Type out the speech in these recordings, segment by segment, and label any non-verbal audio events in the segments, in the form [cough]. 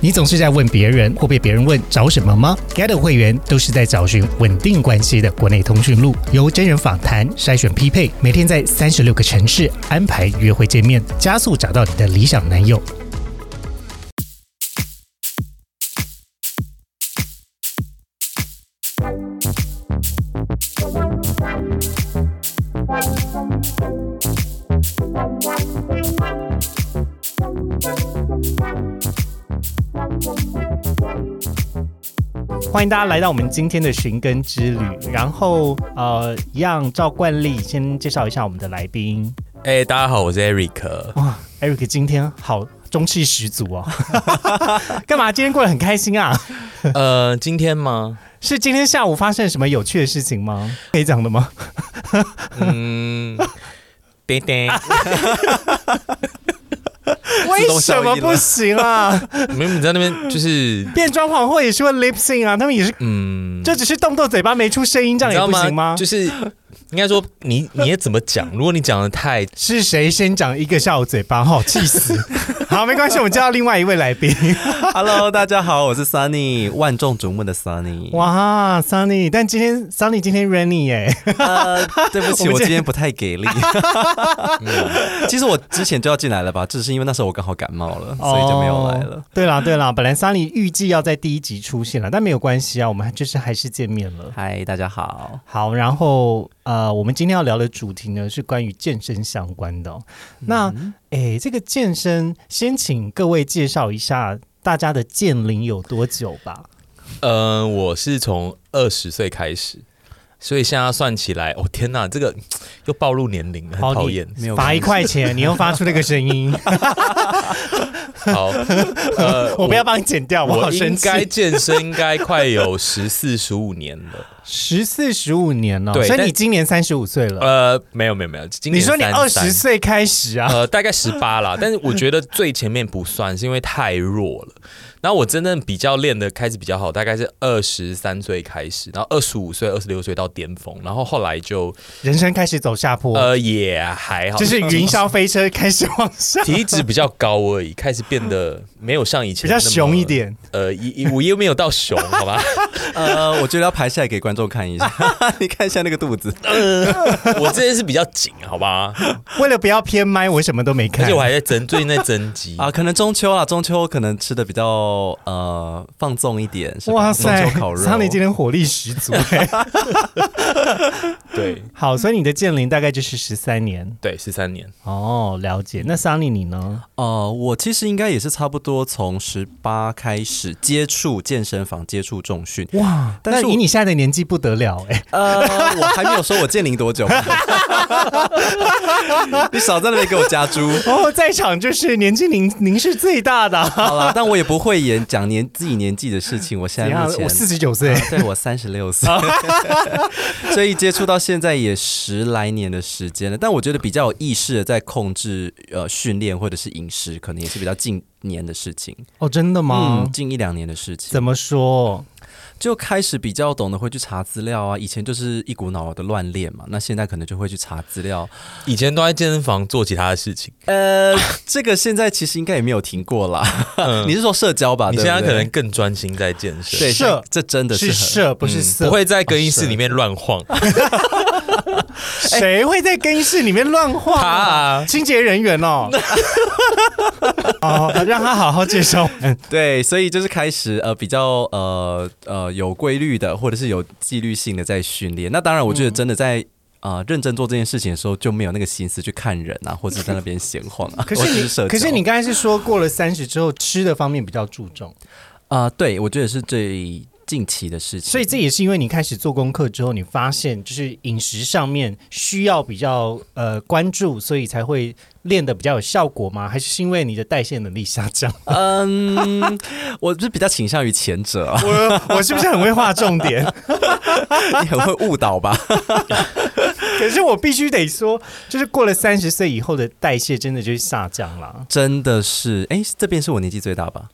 你总是在问别人或被别人问找什么吗？Get 会员都是在找寻稳定关系的国内通讯录，由真人访谈筛选匹配，每天在三十六个城市安排约会见面，加速找到你的理想男友。欢迎大家来到我们今天的寻根之旅。然后，呃，一样照惯例，先介绍一下我们的来宾。哎、大家好，我是 Eric。哇，Eric 今天好中气十足哦， [laughs] 干嘛？今天过得很开心啊？呃，今天吗？是今天下午发生了什么有趣的事情吗？可以讲的吗？嗯，叮叮， [laughs] 为动什效么应不了行啊？没有你在那边就是变装皇后也是会 lip sync 啊，他们也是，嗯，就只是动动嘴巴没出声音，这你样也知道不行吗？就是应该说你你也怎么讲？如果你讲的太是谁先长一个下午嘴巴？好气死！好，没关系，我们叫另外一位来宾。 Hello，大家好，我是 Sunny，万众瞩目的 Sunny。哇，哇，Sunny，但今天 Sunny 今天 Rainy 耶，呃、对不 [laughs] 我起，们我今嗯今天不太给力。 [laughs] 其实我之前就要进来了吧，只是因为那时候我刚好感冒了，所以就没有来了哦。对啦对啦，本来 Sunny 预计要在第一集出现了，但没有关系啊，我们就是还是见面了。嗨、大家好。好，然后呃，我们今天要聊的主题呢是关于健身相关的哦、嗯那诶、这个健身，先请各位介绍一下大家的健龄有多久吧。呃，我是从二十岁开始，所以现在算起来，哦天哪，这个又暴露年龄了，很讨厌。你没有罚关一系块钱，你又发出那个声 [laughs] 音，好，呃我不要。帮你剪掉，我好我生应气。该健身，应该快有十四十五年了。十四十五年了、对所以但你今年三十五岁了。呃，没有没有没有，今你年说你二33十岁开始啊？呃，大概十八啦， [laughs] 但是我觉得最前面不算，是因为太弱了。然后我真正比较练的开始比较好，大概是二十三岁开始，然后二十五岁、二十六岁到巅峰，然后后来就人生开始走下坡，呃也还好，就是云霄飞车开始往下， [laughs] 体脂比较高而已，开始变 [laughs] 得没有像以前比较那么熊一。点。呃，一我又没有到熊，[laughs] 好吧？呃，我觉得要拍下来给观众看一下，你看一下那个 [laughs] 肚子。我这件是比较紧，好吧？为了不要偏麦，我什么都没看。而且我还在增，最近在增肌啊，可能中秋啊，中秋可能吃的比较呃放纵一点，是吧哇塞，中秋烤肉。桑尼今天火力十 [laughs] 足、 [laughs] 哎对好，所以你的建龄大概就是十三年对，十三年。哦，了解。那桑尼你呢？哦、我其实应该也是差不多从十八开始接触健身房，接触重训。哇，但但是是我以你现在的年纪不得了 [laughs] 哎、呃，我还没有说我建 [laughs] 龄多久，你少在那边给我加猪。哦，在场就是年纪您您是最大的 [laughs] 啊、好了，但我也不会演讲年自己年纪的事情。我现怎在样目？前我四十九 [laughs] 岁，对我三十六 [laughs] 岁，所以接触到现在也十来年的时间了。但我觉得比较有意识的在控制呃训练或者是饮食，可能也是比较近年的事情，哦，真的吗？嗯，近一两年的事情怎。么说？就开始比较懂得会去查资料啊，以前就是一股脑的乱练嘛，那现在可能就会去查资料。以前都在健身房做其他的事情，呃，这个现在其实应该也没有停过啦。嗯 [laughs] 你是说社交吧？你啊对现不在可对能更专心在健身。对社这这真的是是很社不是嗯色，不会在更衣室里面乱晃。哎谁会在更衣室里面乱晃、他啊清洁人员 [laughs] 哦。哦，让他好好介绍。嗯对，所以就是开始呃比较呃呃有规律的或者是有纪律性的在训练。那当然，我觉得真的在。嗯呃，认真做这件事情的时候，就没有那个心思去看人啊，或者在那边闲晃啊。 [laughs] 可我只是社你，交可是你刚才是说过了三十之后，吃的方面比较注重，啊、对我觉得是最近期的事情。所以这也是因为你开始做功课之后，你发现就是饮食上面需要比较呃关注，所以才会练的比较有效果吗？还是因为你的代谢能力下 [laughs] 降？嗯，我是比较倾向于前 [laughs] 者、啊，我我是不是很会画重点？你很会误导吧？可是我必须得说，就是过了三十岁以后的代谢真的就是下降啦。真的是，哎、这边是我年纪最大吧？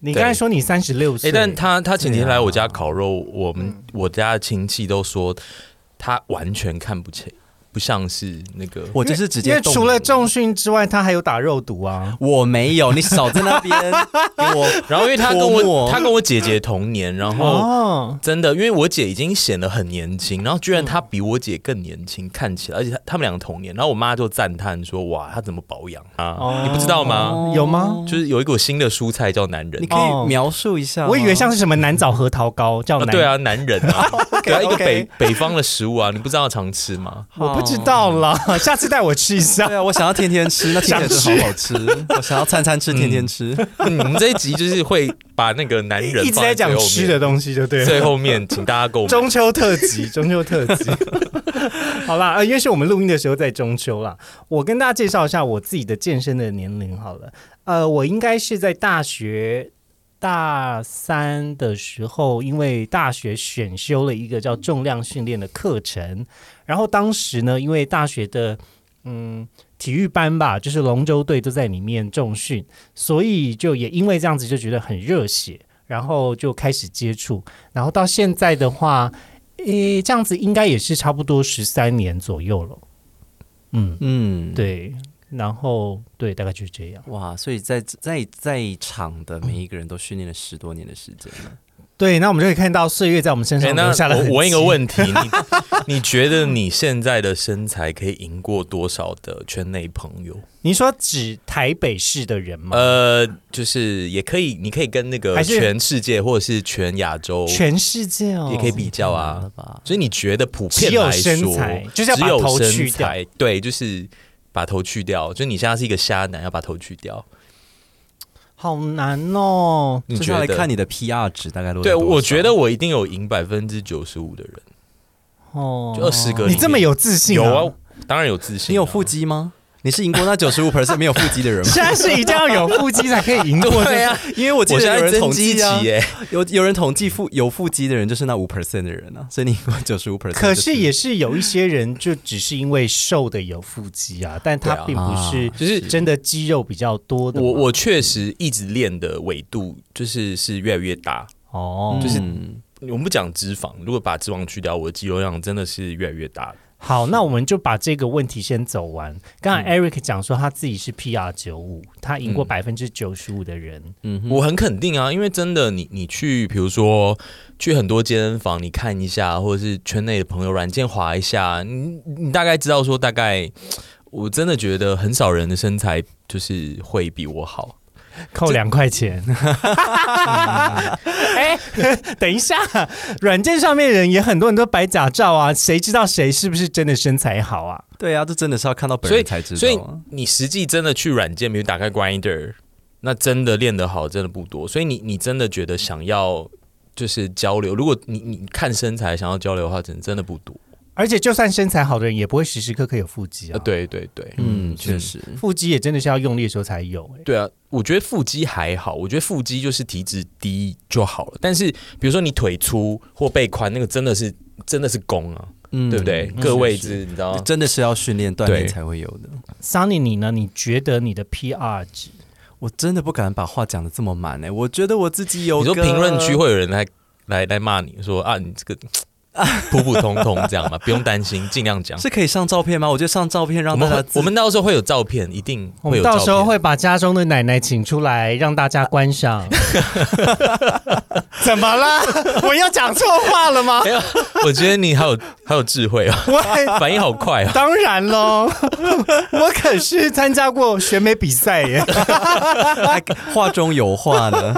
你对刚才说你三十六 [laughs] 哎、岁，但他他前几天对啊来我家烤肉，我们、我家的亲戚都说他完全看不起不像是那个我就是直因接为动除了你重训之外，他还有打肉毒啊。我没有，你少在那边 [laughs] 给我。然后因为他跟泼墨我他跟我姐姐同年，然后哦，真的，因为我姐已经显得很年轻，然后居然她比我姐更年轻，看起来，而且她他们两个同年，然后我妈就赞叹说：“哇，她怎么保养啊？哦你不知道吗？有吗？就是有一股新的蔬菜叫男人你。可以描述一下吗哦我以为像是什么南枣核桃膏叫啊，南、对，啊，男人啊， [laughs] 对啊，一个 OK 北北方的食物啊，你不知道常吃吗？我不知道啦，[laughs] 哦下次带我吃一下对。啊，我想要天天吃，那听起来真的好 [laughs] 好吃。我想要餐餐吃，天天吃。嗯我们这一集就是会把那个男人一直在讲吃的东西，就对西了。 [laughs] 最后面请大家购 [laughs] 买。中秋特辑，中秋特辑。 [laughs] 好啦，呃，因为是我们录音的时候在中秋啦，我跟大家介绍一下我自己的健身的年龄好了。呃，我应该是在大学大三的时候，因为大学选修了一个叫重量训练的课程，然后当时呢，因为大学的嗯体育班吧，就是龙舟队都在里面重训，所以就也因为这样子就觉得很热血，然后就开始接触。然后到现在的话，诶，这样子应该也是差不多十三年左右了。嗯，嗯，。对。然后对，大概就是这样。哇，所以在在在场的每一个人都训练了十多年的时间了。对，那我们就可以看到岁月在我们身哎上那留下了痕迹、我我问一个问题， [laughs] 你你觉得你现在的身材可以赢过多少的圈内朋友？你说指台北市的人吗？呃，就是也可以，你可以跟那个嗯还是全世界或者是全亚洲全世界哦，也可以比较太难了啊。吧？所以你觉得普只遍有来说，身材就是要只把有头身去掉材对，就是把头去掉。就是你现在是一个虾男，要把头去掉，好难哦。你就是觉要得来？看你的 PR 值大概落在对，多少我觉得我一定有赢百分之九十五的人，哦，就20个你这么有自信、有啊，，当然有自信、啊。你有腹肌吗？你是赢过那九十五 percent 没有腹肌的 [laughs] 人吗？现在是一定要有腹肌才可以赢过。 [laughs] 对啊，因为我记我得现有在人增统肌计期哎啊，耶、有有人统计腹有腹肌的人就是那五 percent 的人啊，所以你赢过九十五 percent。可是也是有一些人，就只是因为瘦的有腹肌啊，但他对啊并不是啊就是真的肌肉比较多的嘛。我我确实一直练的纬度就是是越来越大。哦，就就是是嗯我们不讲脂肪，如果把脂肪去掉，我的肌肉量真的是越来越大。好，那我们就把这个问题先走完。刚才 Eric 讲说他自己是 PR 九五，他赢过嗯百分之九十五的人。嗯哼我很肯定啊，因为真的你，你去比如说去很多健身房，你看一下，或者是圈内的朋友软件划一下，你你大概知道说大概。我真的觉得很少人的身材就是会比我好，扣两块 [laughs] 钱。哎、等一下，软件上面人也很多人都摆假照啊，谁知道谁是不是真的身材好啊？对啊，这真的是要看到本所以人才知所以道啊。你实际真的去软件，比如打开 Grinder，那真的练得好真的不多。所以你你真的觉得想要就是交流，如果你你看身材想要交流的话，真的真的不多。而且就算身材好的人，也不会时时刻刻有腹肌啊。啊，，对对对，嗯，确实，腹肌也真的是要用力的时候才有、哎对啊，我觉得腹肌还好，我觉得腹肌就是体脂低就好了。但是比如说你腿粗或背宽，那个真的是真的是功啊，嗯哦对不对？各位置你知道吗？真的是要训练锻炼对才会有的。 Sunny，你呢？你觉得你的 PR 值？我真的不敢把话讲的这么满哎、我觉得我自己有你说个评论区会有人来来来骂你说啊，你这 [laughs] 个普普通通这样嘛，不用担心，尽量讲。是可以上照片吗？我觉得上照片我让大们家会自我们到时候会有照片，一定我会们有照片。到时候会把家中的奶奶请出来，让大家观赏。 [laughs] 怎么啦？我又讲错话了吗 [laughs] [laughs] 没？有，我觉得你好有好有智慧啊，我也反应好快啊。当然喽， [laughs] 我可是参加过选美比赛 [laughs] 耶。还哎话中有话 [laughs] 呢。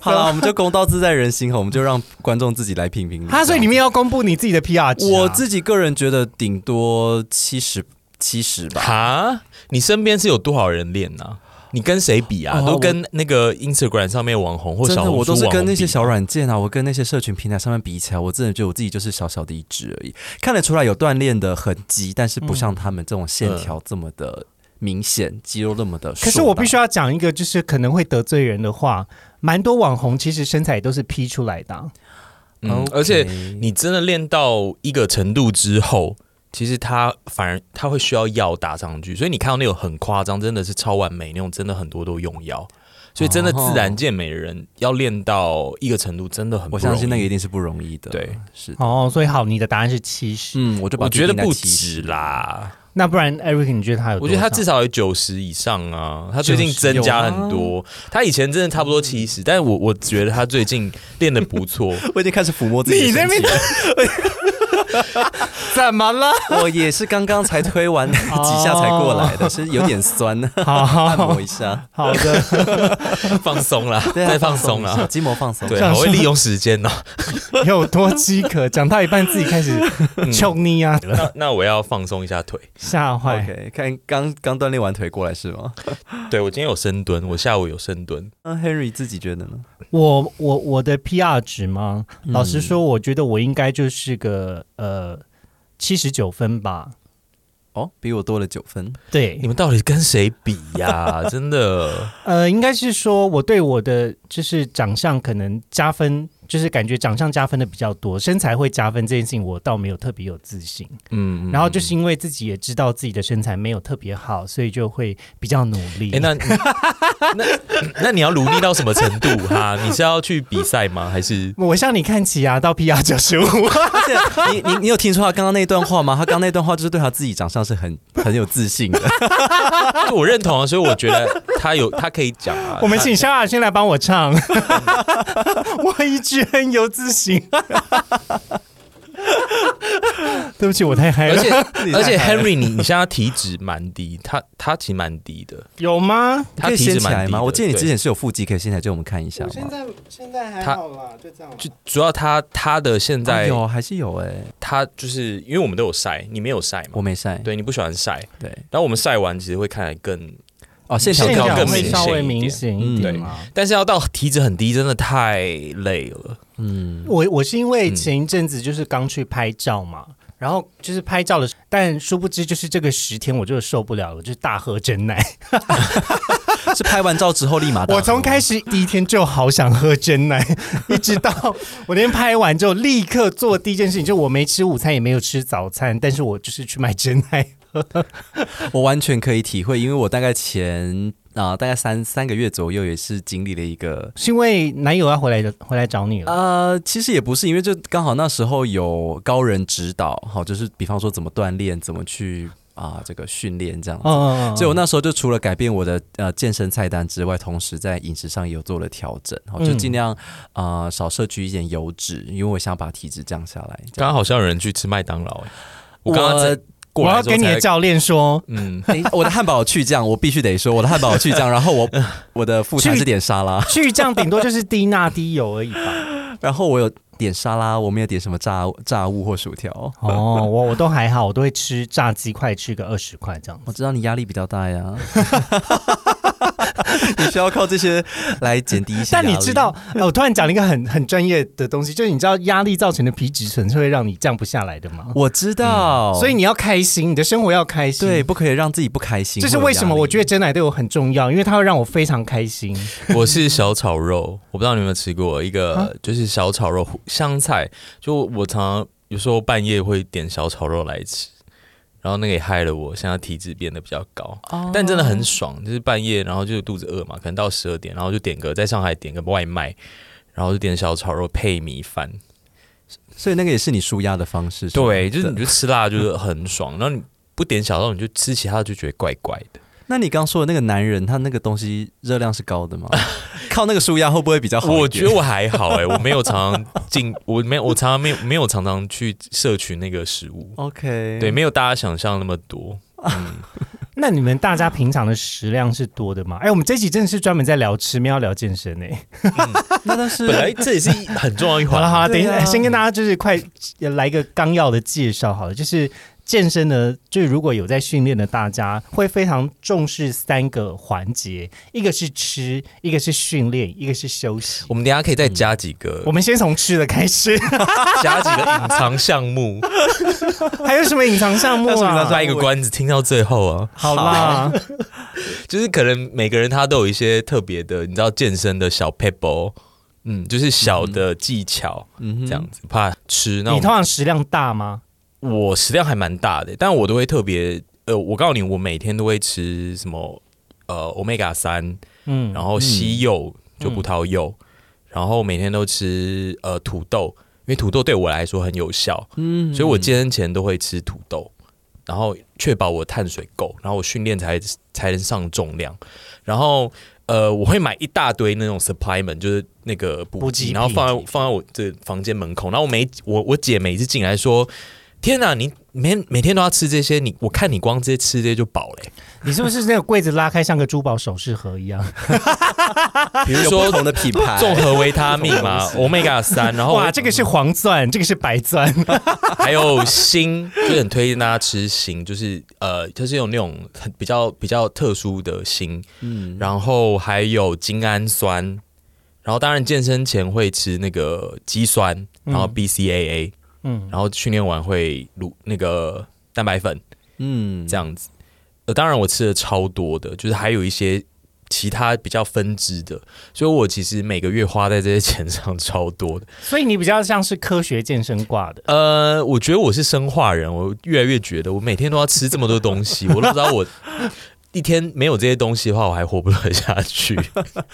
好了，我们就公道自在人心哈，我们就让观众自己来评评理。他啊所以你们要公布你自己的 PR 值、啊我自己个人觉得顶多七十七十吧。哈，你身边是有多少人练呢、啊？你跟谁比啊？哦都跟那个 Instagram 上面网红或真小的，红书我都是网红跟那些比小软件啊，我跟那些社群平台上面比起来，我真的觉得我自己就是小小的一只而已。看得出来有锻炼的痕迹，但是不嗯像他们这种线嗯条这么的明显，肌肉那么的。可是我必须要讲一个，就是可能会得罪人的话，蛮多网红其实身材都是 P 出来的啊、嗯嗯，而且你真的练到一个程度之后，其实他反而他会需要药打上去，所以你看到那种很夸张，真的是超完美那种，真的很多都用药，所以真的自然健美的人要练到一个程度，真的很不我容易相信那个一定是不容易的。对，是的。哦，所以好，你的答案是七十、嗯，我就把我觉得自己定在不七十止。啦，那不然 Eric 你觉得他有我多少？觉得他至少有九十以上啊，他最近增加很多。他以前真的差不多七十，但是我我觉得他最近练的不错。我已经开始抚摸自己的你在身那体了。怎么了？我也是刚刚才推 [laughs] 完几下才过来哦的，是有点酸，好好 [laughs] 按摩 [laughs] 一下，好的，放松啦，对啊再放松一下啦。筋膜放 [laughs] 松。对，好会利用时间哦。 [laughs] 有多饥渴？讲到一半自己开始嗯求你 [laughs] 啊，那那我要放松一下腿。吓坏。 ，OK，看刚刚锻炼完腿过来是吗？对我今天有深蹲，我下午有深蹲。那 Henry 自己觉得呢？我我我的 PR 值吗？嗯老实说，我觉得我应该就是个呃七十九分吧。哦，比我多了九分。对你，们到底跟谁比呀、真的，呃，应该是说我对我的就是长相可能加分，就是感觉长相加分的比较多，身材会加分这件事情我倒没有特别有自信。嗯。然后就是因为自己也知道自己的身材没有特别好，所以就会比较努力。哎、那那那你要努力到什么程度哈？你是要去比赛吗？还是我向你看齐啊，到 PR 九十五。而且你 [laughs] 你你有听出他刚刚那段话吗？他刚刚那段话就是对他自己长相是很很有自信的。就我认同啊，所以我觉得他有他可以讲啊。 [laughs] 我们请萧亚轩来帮我 [laughs] 唱，我一直很有自信。 [laughs] 对不起，我太嗨而了。且你而且太嗨了 Henry，你你现在体脂蛮低，他他其实蛮低的，有吗？他可以体掀脂起蛮来低的。吗？我记得你对之前是有腹肌，可以掀起来借我们看一下吗？在现在还他啦，就这样就主要他他的现哎在有还是有哎、他就是因为我们都有晒，你没有晒嘛我？没晒。对你不喜欢晒，对然后我们晒完其实会看来更，哦，线条线条条更会明稍显微一明点显一点嗯吗？但是要到体脂很低，真的太累了。嗯，我我是因为前一阵子就是刚去拍照嘛，然后就是拍照的，但殊不知就是这个十天我就受不了了，就是大喝真奶。是拍完照之后立马打。我从开始第一天就好想喝真奶，一直到我那天拍完之后，立刻做第一件事情，就我没吃午餐也没有吃早餐，但是我就是去买真奶。我完全可以体会，因为我大概前啊、大概三三个月左右也是经历了一个。是因为男友要回 [laughs] 来的，回来找你了。呃，其实也不是，因为就刚好那时候有高人指导，好，就是比方说怎么锻炼，怎么去啊、这个训练这样子。嗯，所以我那时候就除了改变我的呃健身菜单之外，同时在饮食上也有做了调整，然后就嗯尽量、呃少摄取一点油脂，因为我想把体脂降下来。这刚样刚好像有人去吃麦当劳、欸，我刚刚在过我来要之后跟你的才，教练说，嗯，诶我的汉堡有去酱，我必须得说我的汉堡有去酱，然后 [laughs] 我我的副餐是点沙拉，去酱顶多就是低钠低油而已 [laughs] 吧。然后我有点沙拉，我没有点什么炸炸物或薯条。哦，我我都还好，我都会吃炸鸡块，吃个二十块这样我子。知道你压力比较大呀，你需要靠这些来减低一些。 [laughs] 但你知道，，呃我突然讲了一个很很专业的东西，就是你知道压力造成的皮质醇是会让你降不下来的吗？我知道，嗯所以你要开心，你的生活要开心。对，不可以让自己不开心。这是会有为什么？压力我觉得真奶对我很重要，因为它会让我非常开心。 [laughs] 我是小炒肉，我不知道你有没有吃过一个，就是小炒肉香菜，就我常常有时候半夜会点小炒肉来吃，然后那个也害了我，现在体脂变得比较高，但真的很爽，就是半夜然后就肚子饿嘛，可能到十二点，然后就点个在上海点个外卖，然后就点小炒肉配米饭，所以那个也是你舒压的方式。是吗对，就是你对就吃辣就是很爽， [laughs] 然后你不点小肉你就吃其他的就觉得怪怪的，那你刚说的那个男人，他那个东西热量是高 [laughs] 的吗？靠那个舒压会不会比较好一点？我觉得我还好哎、我没有常常进，我没有我常常没有没有常常去摄取那个食物。 OK，对，，没有大家想象那么多。那你们大家平常的食量是多的吗？哎，我们这集真的是专门在聊吃，没有聊健身诶、那但是本来这也是一很重要一好环。了好了，等一对啊下、先跟大家就是快呃来一个纲要的介绍好了，就是。健身呢，就是如果有在训练的大家，会非常重视三个环节，一个是吃，一个是训练，一个是休息。 [laughs] 我们等一下可以再加几个， [laughs] 我们先从吃的开始， [laughs] 加几个隐藏项目，还有什么隐藏项目还有什么隐藏项啊目？卖一个关子，听到最后啊，好啦，就是可能每个人他都有一些特别的，你知道健身的小 pebble，嗯，就是小的技巧，嗯哼这样子怕吃。那你我通们常食量大吗？我食量还蛮大的，但我都会特别呃，我告诉你，我每天都会吃什么呃，omega 三，嗯，然后西柚、就葡萄柚，然后每天都吃呃土豆，因为土豆对我来说很有效，嗯所以我健身前都会吃土豆，然后确保我碳水够，然后我训练才才能上重量，然后。呃，我会买一大堆那种 supplement，就是那个补补剂，给然后放在品放在我这房间门口。然后我每我我姐每次进来说：“天哪，你每每天都要吃这些，你我看你光这些吃这些就饱欸嘞、 [laughs] 你是不是那个柜子拉开像个珠宝首饰盒一样？比如有说不同的品牌，综合维他命嘛 [laughs] ，omega 三，然后哇，这个是黄钻，这个是白钻，还有锌，就是很推荐大家吃锌，就是呃，它是有那种很比较比较特殊的锌，嗯，然后还有精氨酸，然后当然健身前会吃那个肌酸，嗯然后 BCAA，嗯，然后训练完会乳那个蛋白粉嗯，这样子。呃，当然我吃的超多的，就是还有一些其他比较分支的，所以我其实每个月花在这些钱上超多的。 [laughs] 所以你比较像是科学健身挂的。呃，我觉得我是生化人，我越来越觉得我每天都要吃这么多东西，我都不知道我一天没有这些东西的话，我还活不了下去。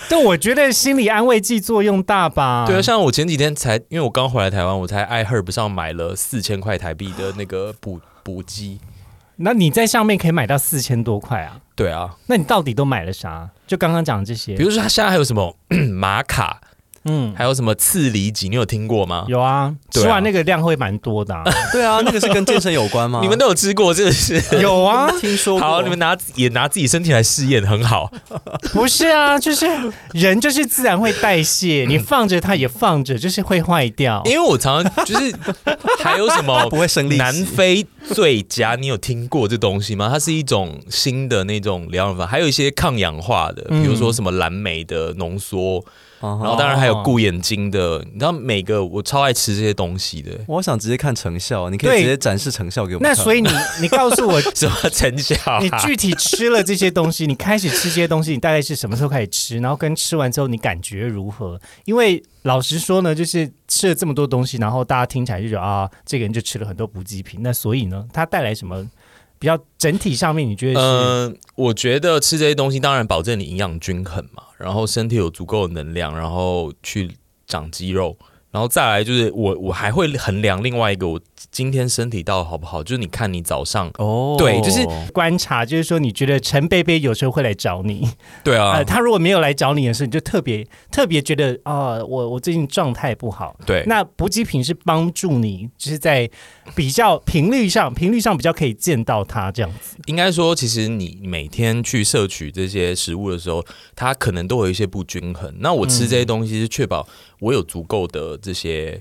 但我觉得心理安慰剂作用大吧？对啊，像我前几天才，因为我刚回来台湾，我才爱 herb 上买了四千块台币的那个补补剂。那你在上面可以买到四千多块啊？对啊，那你到底都买了啥？就刚刚讲的这些，比如说它现在还有什么 [clears throat] 玛卡，嗯，还有什么刺梨脊，你有听过吗？有啊，对啊吃完那个量会蛮多 [laughs] 的、啊。对啊，那个是跟健身有 [laughs] 关吗？你们都有吃过，这是有啊，听说啊过？好，你们拿也拿自己身体来试验，很好。不是啊，就是人就是自然会代谢，你放着它也放着，就是会坏掉。因为我常常就是还有什 [laughs] 么哦不会生利息南非最佳，你有听过这东西吗？它是一种新的那种疗养法，还有一些抗氧化的，比如说什么蓝莓的浓缩，嗯然后当然还有顾眼睛的。你知道每个我超爱吃这些东西的， [laughs] 我想直接看成效，你可以对直接展示成效给我们那看。所以你你告诉我，什么成效、 [laughs] 啊？你具体吃了这些东西，你开始吃这些东西，你大概是什么时候开始吃？然后跟吃完之后你感觉如何？因为老实说呢，就是吃了这么多东西，然后大家听起来就觉得啊，这个人就吃了很多补给品。那所以呢，它带来什么比较整体上面？你觉得是？嗯、我觉得吃这些东西当然保证你营养均衡嘛，然后身体有足够的能量，然后去长肌肉，然后再来就是我我还会衡量另外一个我今天身体到底好不好，就是你看你早上哦，对就是观察就是说，你觉得陈贝贝有时候会来找你，对啊呃，他如果没有来找你的时候，你就特别特别觉得啊、我我最近状态不好，对，那补给品是帮助你，就是在比较频率上，频率上比较可以见到它这样子。应该说其实你每天去摄取这些食物的时候，它可能都有一些不均衡。那我吃嗯这些东西是确保我有足够的这些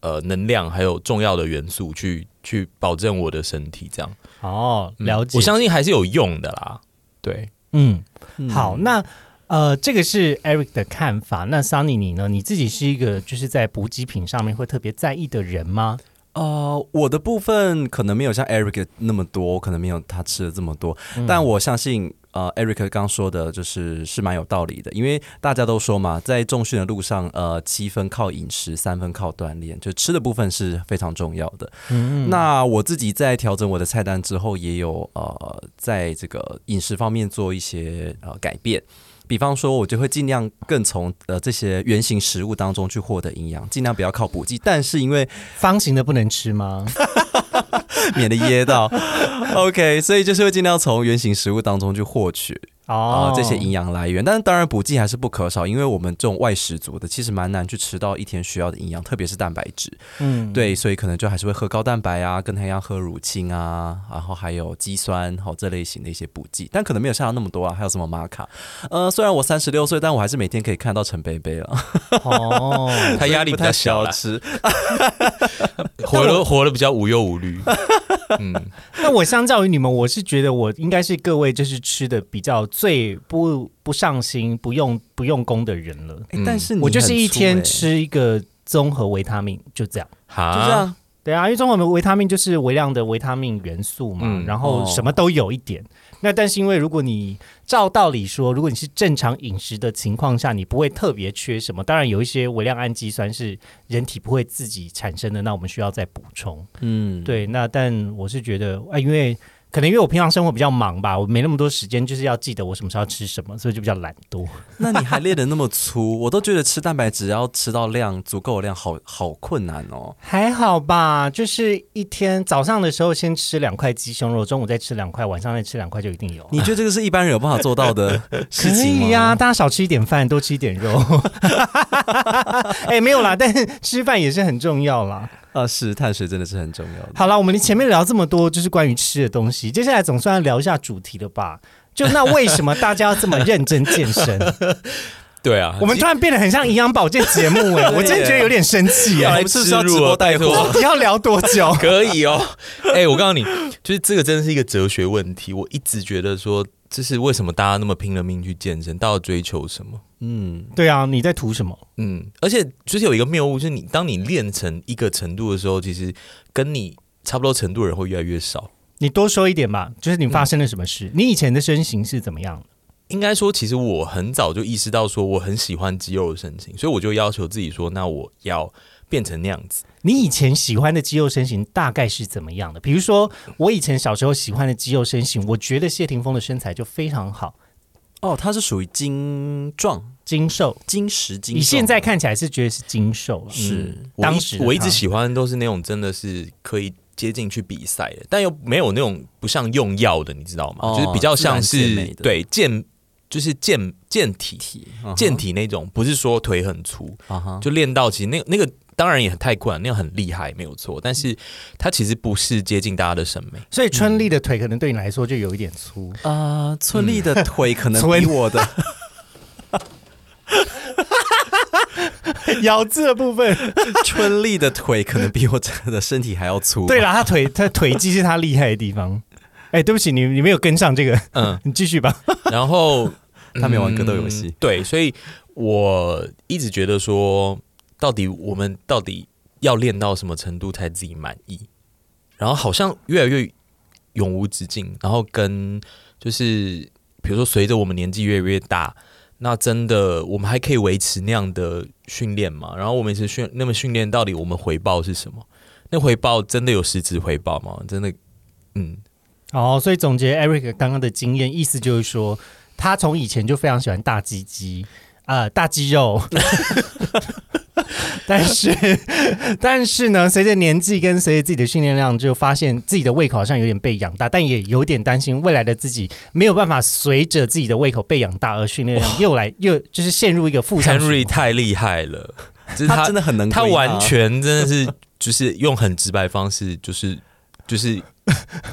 呃能量，还有重要的元素去去保证我的身体这样。哦，嗯了解。我相信还是有用的啦。对，嗯，嗯好，那呃，这个是 Eric 的看法。那 Sunny 你呢？你自己是一个就是在补给品上面会特别在意的人吗？呃，我的部分可能没有像 Eric 那么多，可能没有他吃的这么多，但我相信。呃，Eric 刚刚说的就是是蛮有道理的，因为大家都说嘛，在重训的路上，呃，七分靠饮食，三分靠锻炼，就吃的部分是非常重要的。那我自己在调整我的菜单之后，也有呃，在这个饮食方面做一些呃改变。比方说，我就会尽量更从呃这些原型食物当中去获得营养，尽量不要靠补剂。但是因为方形的不能吃吗？免得噎到。OK，所以就是会尽量从原型食物当中去获取啊、哦，这些营养来源，但是当然补剂还是不可少，因为我们这种外食族的其实蛮难去吃到一天需要的营养，特别是蛋白质。嗯，对，所以可能就还是会喝高蛋白啊，跟他一样喝乳清啊，然后还有肌酸好、这类型的一些补剂，但可能没有像他那么多啊。还有什么玛卡？呃，虽然我三十六岁，但我还是每天可以看到陈贝贝了，哦，他压力比不较太小消 [laughs] 啦，吃。活 [laughs] 得活得比较无忧无虑。嗯，那我相较于你们，我是觉得我应该是各位就是吃的比较最不不上心、不用不用功的人了。诶但是你我就是很欸一粗天诶，吃一个综合维他命，就这样。好，就这样。对啊，因为中华的维他命就是微量的维他命元素嘛，嗯然后哦什么都有一点。那但是因为如果你照道理说，如果你是正常饮食的情况下，你不会特别缺什么。当然有一些微量氨基酸是人体不会自己产生的，那我们需要再补充。嗯，对，那但我是觉得啊、因为可能因为我平常生活比较忙吧，我没那么多时间，就是要记得我什么时候要吃什么，所以就比较懒惰。 [laughs] 那你还练得那么粗，我都觉得吃蛋白质要吃到量足够的量，好好困难哦。还好吧，就是一天早上的时候先吃两块鸡胸肉，中午再吃两块，晚上再吃两块就一定有。你觉得这个是一般人有办法做到 [laughs] 的可事情吗？以呀、大家少吃一点饭，多吃一点肉。 [laughs] 哎、没有啦，但是吃饭也是很重要啦。啊，是碳水真的是很重要的。好啦，我们前面聊这么多，就是关于吃的东西，接下来总算要聊一下主题了吧？就那为什么大家要这么认真健 [laughs] 身？对啊，我们突然变得很像营养保健节目哎、我真的觉得有点生气我哎、们是不是要直播带货？ [laughs] 你要聊多久？可以哦。哎、我告诉你，就是这个真的是一个哲学问题。我一直觉得说，这是为什么大家那么拼了命去健身，到底追求什么？嗯， [laughs] 对啊，你在图什么？嗯，而且就是有一个谬误，就是你当你练成一个程度的时候，其实跟你差不多程度的人会越来越少。你多说一点吧，就是你发生了什么事？你以前的身形是怎么样的？应该说，其实我很早就意识到，说我很喜欢肌肉的身形，所以我就要求自己说，那我要变成那样子。你以前喜欢的肌肉身形大概是怎么样的？比如说，我以前小时候喜欢的肌肉身形，我觉得谢霆锋的身材就非常好，哦，它是属于精壮、精瘦。精实、精壮。你现在看起来是觉得是精瘦了，嗯是我一当时的我一直他喜欢都是那种真的是可以接近去比赛的，但又没有那种不像用药的，你知道吗？哦就是比较像自然健是美的对健，就是健健体体嗯哼健体那种，不是说腿很粗，啊哈，就练到其实那那个当然也很太困难，那个很厉害没有错，但是它其实不是接近大家的审美。所以春丽的腿可能对你来说就有一点粗。啊，村丽的腿可能村比我 [laughs] 的 [laughs] 咬字的部分，春丽的腿可能比我的身体还要 [laughs] 粗。对，了，他腿他腿肌是他厉害的地方。哎，对不起，你你没有跟上这个，嗯， [laughs] 你继续吧。然后他没有玩格斗游戏嗯对，所以我一直觉得说，到底我们到底要练到什么程度才自己满意？然后好像越来越永无止境，然后跟就是比如说随着我们年纪越来越大，那真的我们还可以维持那样的训练吗？然后我们一直训那么训练，到底我们回报是什么？那回报真的有实质回报吗？真的，嗯，哦，所以总结 Eric 刚刚的经验，意思就是说，他从以前就非常喜欢大鸡鸡，呃，大肌肉。 [laughs] 但是，但是呢，随着年纪跟随着自己的训练量，就发现自己的胃口好像有点被养大，但也有点担心未来的自己没有办法随着自己的胃口被养大而训练量又来 [laughs] 又就是陷入一个负向循 Henry 环。太厉害了， [laughs] 就是嗯他真的很能他归纳完全真的是就是用很直白的方式，就是 [laughs] 就是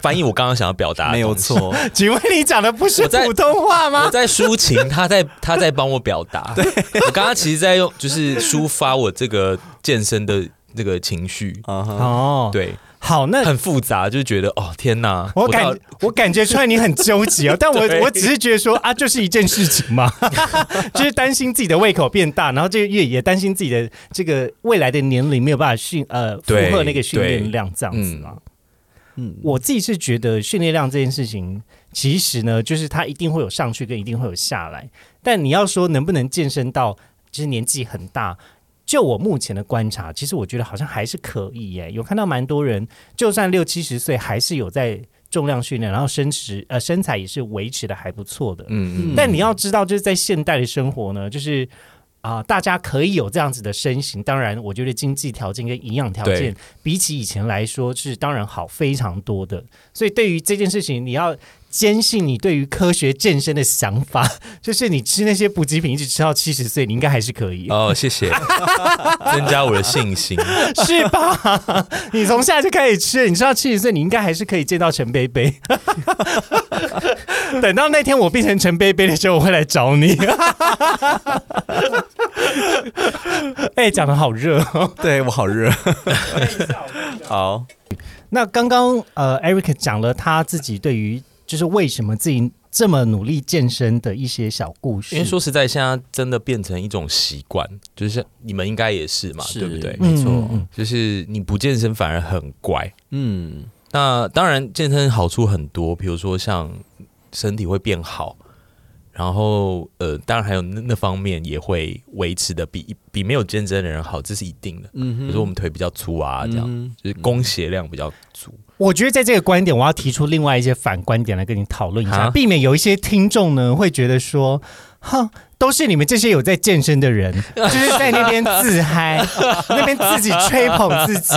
翻译我刚刚想要表达，没有。 [laughs] 错。请问你讲的不是我在普通话我吗？在抒情，他在他在帮我表 [laughs] 达。我刚刚其实在用，就是抒发我这个健身的这个情绪。啊哈，哦，，对，好，那很复杂，就觉得哦天哪，我到感我感觉出来你很纠结 [laughs] 哦，但我我只是觉得说啊，就是一件事情嘛， [laughs] 就是担心自己的胃口变大，然后这个越也担心自己的这个未来的年龄没有办法训呃负对荷那个训对练量这样子嘛。嗯，我自己是觉得训练量这件事情，其实呢，就是它一定会有上去，跟一定会有下来。但你要说能不能健身到，就是年纪很大，就我目前的观察，其实我觉得好像还是可以耶。有看到蛮多人，就算六七十岁，还是有在重量训练，然后身持呃身材也是维持的还不错的。嗯嗯但你要知道，就是在现代的生活呢，就是啊、大家可以有这样子的身形。当然，我觉得经济条件跟营养条件对比起以前来说是当然好非常多的。所以对于这件事情，你要坚信你对于科学健身的想法， [laughs] 就是你吃那些补给品一直吃到七十岁，你应该还是可以，哦谢 [laughs] 谢，增加我的信心。是吧？ [laughs] 你从现在就开始吃，你吃到七十岁，你应该还是可以见到陈贝贝。 [laughs] 等到那天我变成陈贝贝的时候，我会来找 [laughs] 你。哎、讲的好热、哦。对我好热。 [laughs] 好，那刚刚呃，Eric 讲了他自己对于就是为什么自己这么努力健身的一些小故事。因为说实在，现在真的变成一种习惯，就是像你们应该也是嘛，是对不对？没错嗯嗯嗯就是你不健身反而很怪。嗯，那当然，健身好处很多，比如说像身体会变好，然后呃，当然还有那那方面也会维持的比比没有健身的人好，这是一定的。嗯比如说我们腿比较粗啊，这样、嗯就是供血量比较足。我觉得在这个观点，我要提出另外一些反观点来跟你讨论一下，啊避免有一些听众呢会觉得说，哼。都是你们这些有在健身的 [laughs] 人，就是在那边自嗨， [laughs] 那边自己吹捧自 [laughs] 己。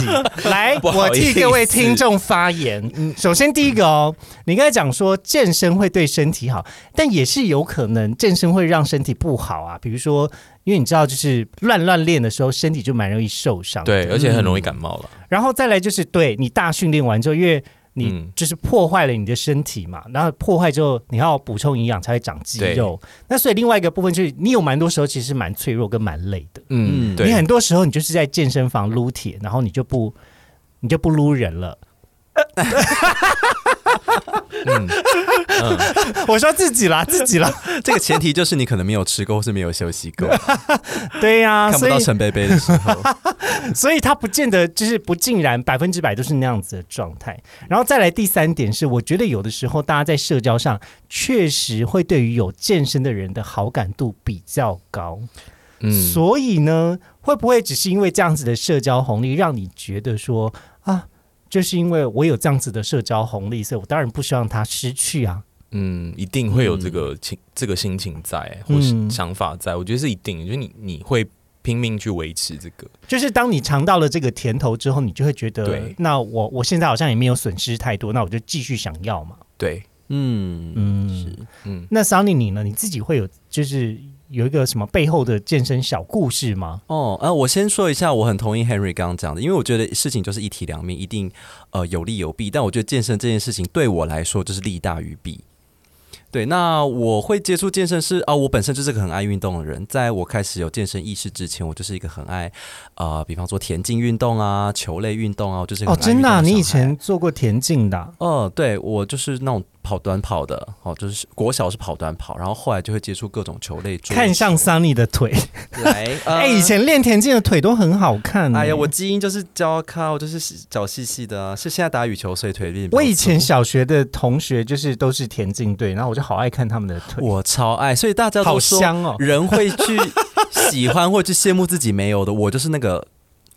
来，不好我意替思嗯各位听众发言。嗯首先第一个哦，你刚才讲说健身会对身体好，但也是有可能健身会让身体不好啊。比如说，因为你知道，就是乱乱练的时候，身体就蛮容易受伤的。对，而且很容易感冒了。然后再来就是对你大训练完之后，因为你嗯就是破坏了你的身体嘛，然后破坏之后你要补充营养才会长肌肉。那所以另外一个部分就是，你有蛮多时候其实蛮脆弱跟蛮累的。嗯，嗯对，你很多时候你就是在健身房撸铁，然后你就不你就不撸人了。嗯嗯 [laughs] 我说自己啦，自己啦，这个前提就是你可能没有吃够，或是没有休息 [laughs] 够，对呀、看不啊所到以陈贝贝的时 [laughs] 候，所以他不见得就是不尽然百分之百都是那样子的状态。然后再来第三点是，我觉得有的时候大家在社交上确实会对于有健身的人的好感度比较高，嗯，所以呢，会不会只是因为这样子的社交红利，让你觉得说啊，就是因为我有这样子的社交红利，所以我当然不希望他失去啊。嗯，一定会有这个情、这个心情在，或嗯是想法在。我觉得是一定，就是你你会拼命去维持这个。就是当你尝到了这个甜头之后，你就会觉得对，那我我现在好像也没有损失太多，那我就继续想要嘛。 [laughs] 对，嗯，嗯，嗯，那 Sunny 你呢？你自己会有就是有一个什么背后的健身小故事吗？哦，呃，我先说一下，我很同意 Henry 刚刚讲的，因为我觉得事情就是一体两面，一定呃有利有弊。但我觉得健身这件事情对我来说就是利大于弊。对，那我会接触健身是啊、我本身就是个很爱运动的人。在我开始有健身意识之前，我就是一个很爱呃，比方说田径运动啊、球类运动啊，我就是一个哦，很爱真的啊、运动的你以小孩前做过田径的啊、哦，对我就是那种跑短跑的，哦，就是国小是跑短跑，然后后来就会接触各种球类，桌看 [laughs] 上球 Sunny 的 [laughs] 腿，来，呃哎、以前练田径的腿都很好看、哎呀，我。基因就是胶靠，就是细脚细细的啊。是现在打羽球，所以腿变比较粗。我以前小学的同学就是都是田径队，然后我就好爱看他们的腿，我超爱，所以大家好都说香哦！人会去喜欢或去羡慕自己没有的，我就是那个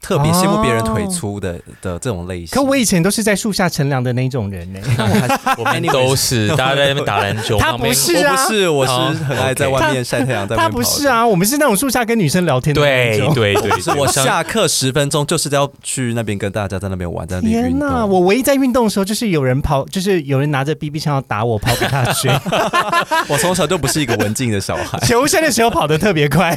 特别羡慕别人腿粗的、的这种类型。可我以前都是在树下乘凉的那种 [laughs] 人呢、我们都是大家在那边打篮球， [laughs] 他旁边不是我啊不哎是，我哦是很爱在外面晒太阳，在外他面不跑是的。啊，我们是那种树下跟女生聊天的那对种。对 [laughs] 对是对，我像下课十分钟就是要去那边跟大家在那边玩，在那边天运呐，动。我唯一在运动的时候，就是有人跑，就是有人拿着 BB 枪要打我，跑给他追。我从小就不是一个文静的小 [laughs] 孩。求生的时候跑得特别快，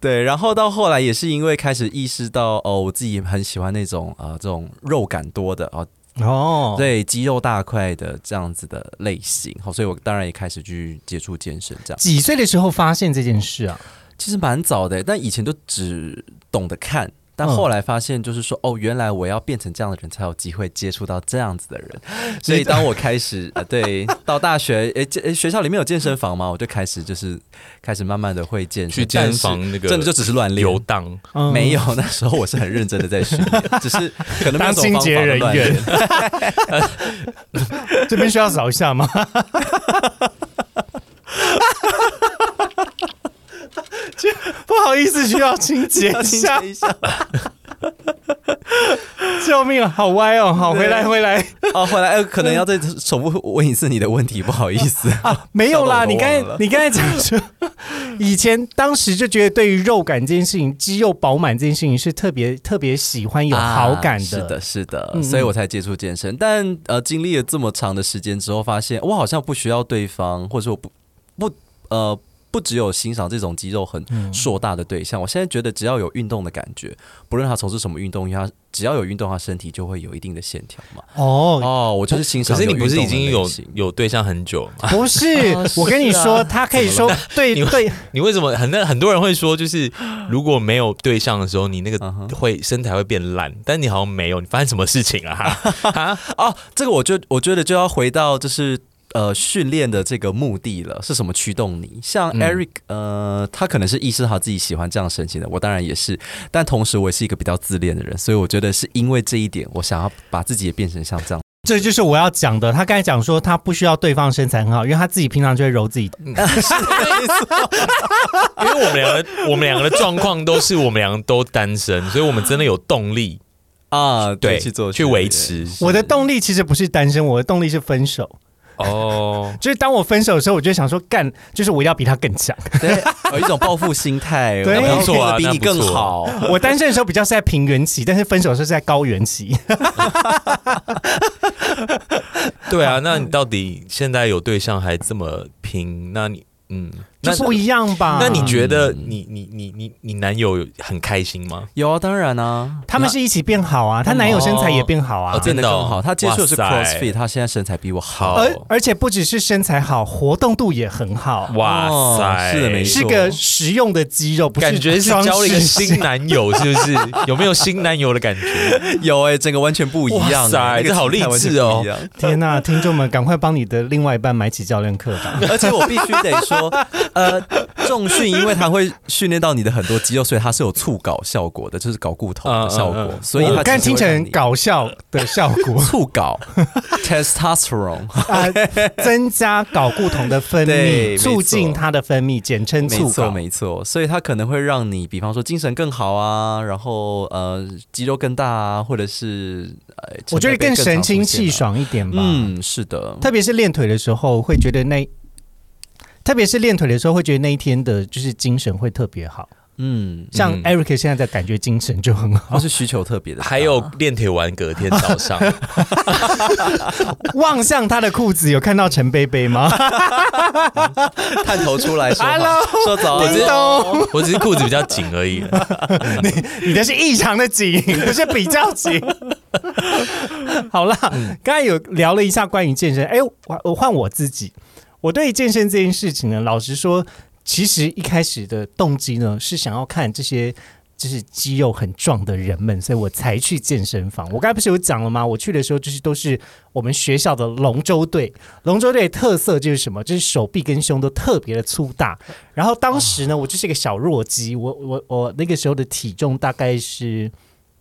对，然后到后来也是因为开始意识到哦，我自己很喜欢那种呃这种肉感多的哦，哦，对，肌肉大块的这样子的类型，好，所以我当然也开始去接触健身这样。几岁的时候发现这件事啊？其实蛮早的，但以前就只懂得看。但嗯后来发现，就是说，哦，原来我要变成这样的人，才有机会接触到这样 [laughs] 子的人。所以，当我开始呃，对，到大学，诶、健诶学校里面有健身房嘛，我就开始就是开始慢慢的会健身，去健身但房那是个真的就只是乱练游，荡，嗯没有，那时候我是很认真的在 [laughs] 训练，只是可能没 [laughs] 当有什么清方洁法人乱练员。 [laughs] 这边需要扫一下吗？这 [laughs] 不好意思，需要清洁要一清下洁，一下。 [laughs] 救命啊！好歪哦，好，回来回来哦，回来、呃、可能要再重复问一次你的问题，不好意 [laughs] 思。啊！没有啦，笑到我都你刚才忘了你刚才讲 [laughs] 说，以前当时就觉得对于肉感这件事情、肌肉饱满这件事情是特别特别喜欢有好感啊是的的，是嗯的，所以我才接触健身。但呃，经历了这么长的时间之后，发现我好像不需要对方，或者说我不不呃不只有欣赏这种嗯嗯肌肉很硕大的对象。我现在觉得只要有运动的感觉，不论他从事什么运动，因为他只要有运动的话，身体就会有一定的线条嘛。哦，哦，我就是欣可赏。是你不是已经有有对象很久 [laughs] 吗？不是，我跟你说，他可以说对你对，你为什么很那很多人会说，就是如果没有对象的时候，你那个嗯哼会身材会变烂，但你好像没有，你发生什么事情啊？ [laughs] 哦，这个我就我觉得就要回到就是呃训练的这个目的了，是什么驱动你？像嗯 Eric，、呃，他可能是意识到他自己喜欢这样神奇的，我当然也是，但同时我也是一个比较自恋的人，所以我觉得是因为这一点，我想要把自己也变成像这样。这就是我要讲的。他刚才讲说，他不需要对方身材很好，因为他自己平常就会揉自己。因为我们两个我们两个的状况都是我们两个都单身，所以我们真的有动力啊，对去做去维持我的动力其实不是单身，我的动力是分手。哦。就是当我分手的时候，我就想说，干，就是我要比他更 [laughs] 强。 [laughs] 对，有一种报复心态，对我要那不错啊变得比你那不更错好。我单身的时候比较是在平原期，但是分手的时候是在高原期。对啊，那你到底现在有对象还这么拼？那你嗯，那就不一样吧？那你觉得你你你你你男友有很开心吗？有啊，当然啊，他们是一起变好啊，她男友身材也变好啊哦，变真得的更好。他接触的是哇塞 CrossFit，他现在身材比我好。好而而且不只是身材好，活动度也很好，哇塞，哦是的没错是个实用的肌肉，不是感觉是装饰交了一个新男友，是 [laughs] 不是？有没有新男友的感觉？ [laughs] 有哎、整个完全不一样、哇塞那个这好心态励完全志哦不一样天呐、听众们，赶快帮你的另外一半买起教练课吧！ [laughs] 而且我必须得说，呃，重训因为它会训练到你的很多肌肉，所以它是有促睾效果的，就是睾固酮的效果。嗯嗯嗯所以我它刚才其听实会起来让很你搞笑的效 [laughs] 果促睾 testosterone，啊、增加睾固酮的分对泌，没错促进它的分泌，简称没促错睾。没错，所以它可能会让你，比方说精神更好啊，然后呃肌肉更大啊，或者是呃，我觉得更更神清气。爽一点吧。嗯，是的，特别是练腿的时候，会觉得那，特别是练腿的时候，会觉得那一天的就是精神会特别好。嗯，像嗯 Eric 现在的感觉精神就很好， [laughs] 或是需求特别的大，还有练腿完隔天早上，望向他的裤子，有看到陈贝贝吗？探头出来说 [laughs] 话说早我安只，是 [laughs] 我只是裤子比较紧而已。你的是异常的紧， [laughs] 不是比较紧。 [laughs] 好啦，刚才有聊了一下关于健身，哎、我我换我自己，我对健身这件事情呢，老实说，其实一开始的动机呢是想要看这些。就是肌肉很壮的人们，所以我才去健身房。我刚才不是有讲了吗？我去的时候就是都是我们学校的龙舟队，龙舟队的特色就是什么？就是手臂跟胸都特别的粗大。然后当时呢，我就是一个小弱鸡，我我我那个时候的体重大概是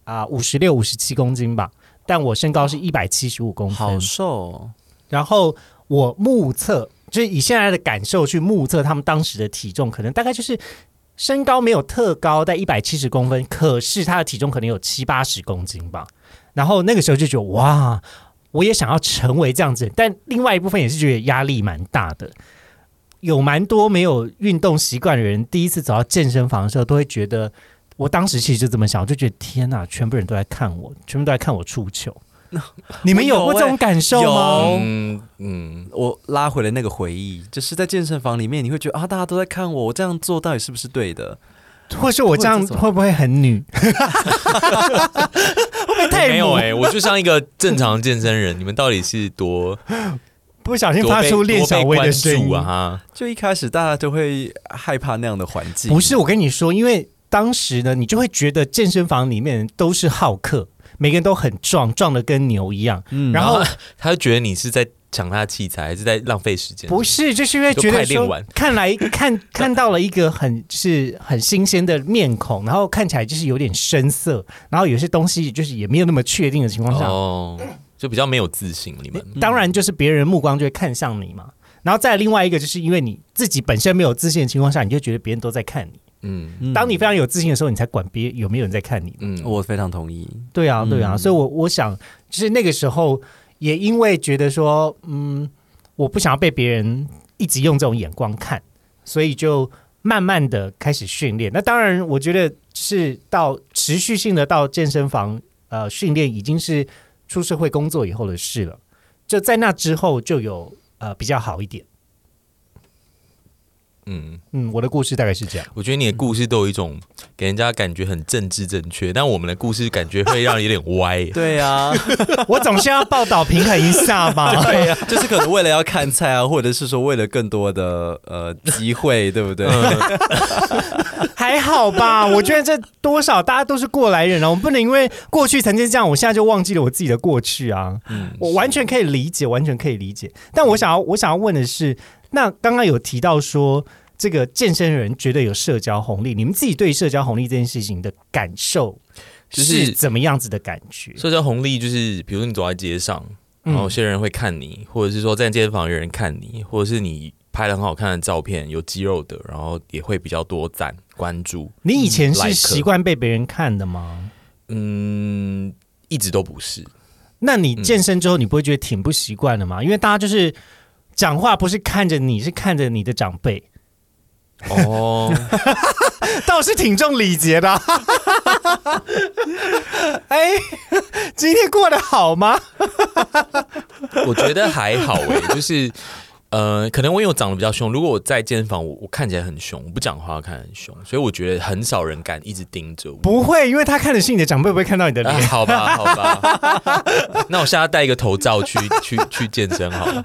啊五十六五十七公斤吧，但我身高是一百七十五公好分，瘦哦，然后我目测，就是以现在的感受去目测他们当时的体重，可能大概就是身高没有特高，在一百七十公分，可是他的体重可能有七八十公斤吧。然后那个时候就觉得哇，我也想要成为这样子，但另外一部分也是觉得压力蛮大的。有蛮多没有运动习惯的人，第一次走到健身房的时候，都会觉得，我当时其实就这么想，我就觉得天哪，全部人都在看我，全部都在看我出糗。你们有过这种感受吗？有嗯嗯，我拉回了那个回忆，就是在健身房里面，你会觉得啊，大家都在看我，我这样做到底是不是对的？ [laughs] 或是我这样会不会很女？ [laughs] 会不会太没有母哎、我就像一个正常的健身人。你 [laughs] 们到底是多不小心多发被出练多小被薇的关声音注啊？！哈，就一开始大家都会害怕那样的环境，不是，我跟你说，因为当时呢，你就会觉得健身房里面都是好客，每个人都很壮，壮的跟牛一样。嗯然后他就觉得你是在抢他的器材，还是在浪费时间？不是，就是因为觉就快得练说完，看来看看到了一个很就是很新鲜的面孔，然后看起来就是有点生涩，然后有些东西就是也没有那么确定的情况下，哦，就比较没有自信。你们当然就是别人目光就会看向你嘛。然后再另外一个，就是因为你自己本身没有自信的情况下，你就觉得别人都在看你。嗯嗯当你非常有自信的时候，你才管别有没有人在看你。嗯，我非常同意，对啊，对啊。所以我我想，就是那个时候也因为觉得说，嗯，我不想要被别人一直用这种眼光看，所以就慢慢的开始训练。那当然，我觉得是到持续性的到健身房呃训练，已经是出社会工作以后的事了。就在那之后就有呃比较好一点。嗯，嗯，我的故事大概是这样。我觉得你的故事都有一种给人家感觉很政治正确，但我们的故事感觉会让人有点歪。对啊，我总是要报道平衡一下嘛。对呀、就是可能为了要看菜啊，或者是说为了更多的呃机会，对不对？还好吧，我觉得这多少大家都是过来人啊，我们不能因为过去曾经这样，我现在就忘记了我自己的过去啊。嗯我完全可以理解，完全可以理解。但我想要，我想要问的是，那刚刚有提到说，这个健身人觉得有社交红利，你们自己对社交红利这件事情的感受就是是怎么样子的感觉？社交红利就是，比如说你走在街上，嗯然后有些人会看你，或者是说在健身房有人看你，或者是你拍了很好看的照片，有肌肉的，然后也会比较多赞关注。你以前嗯是，like 习惯被别人看的吗？嗯，一直都不是。那嗯你健身之后，你不会觉得挺不习惯的吗？因为大家就是讲话不是看着你，是看着你的长辈。哦，倒是挺重礼节的、 [laughs] 哎，今天过得好吗？ [laughs] 我觉得还好诶、就是呃，可能我因为我长得比较凶，如果我在健身房，我我看起来很凶，我不讲话看起来很凶，所以我觉得很少人敢一直盯着我。不会，因为他看的是你的长辈，不会看到你的啊脸。好吧，好吧， [laughs] 那我现在戴一个头罩去去去健身好了。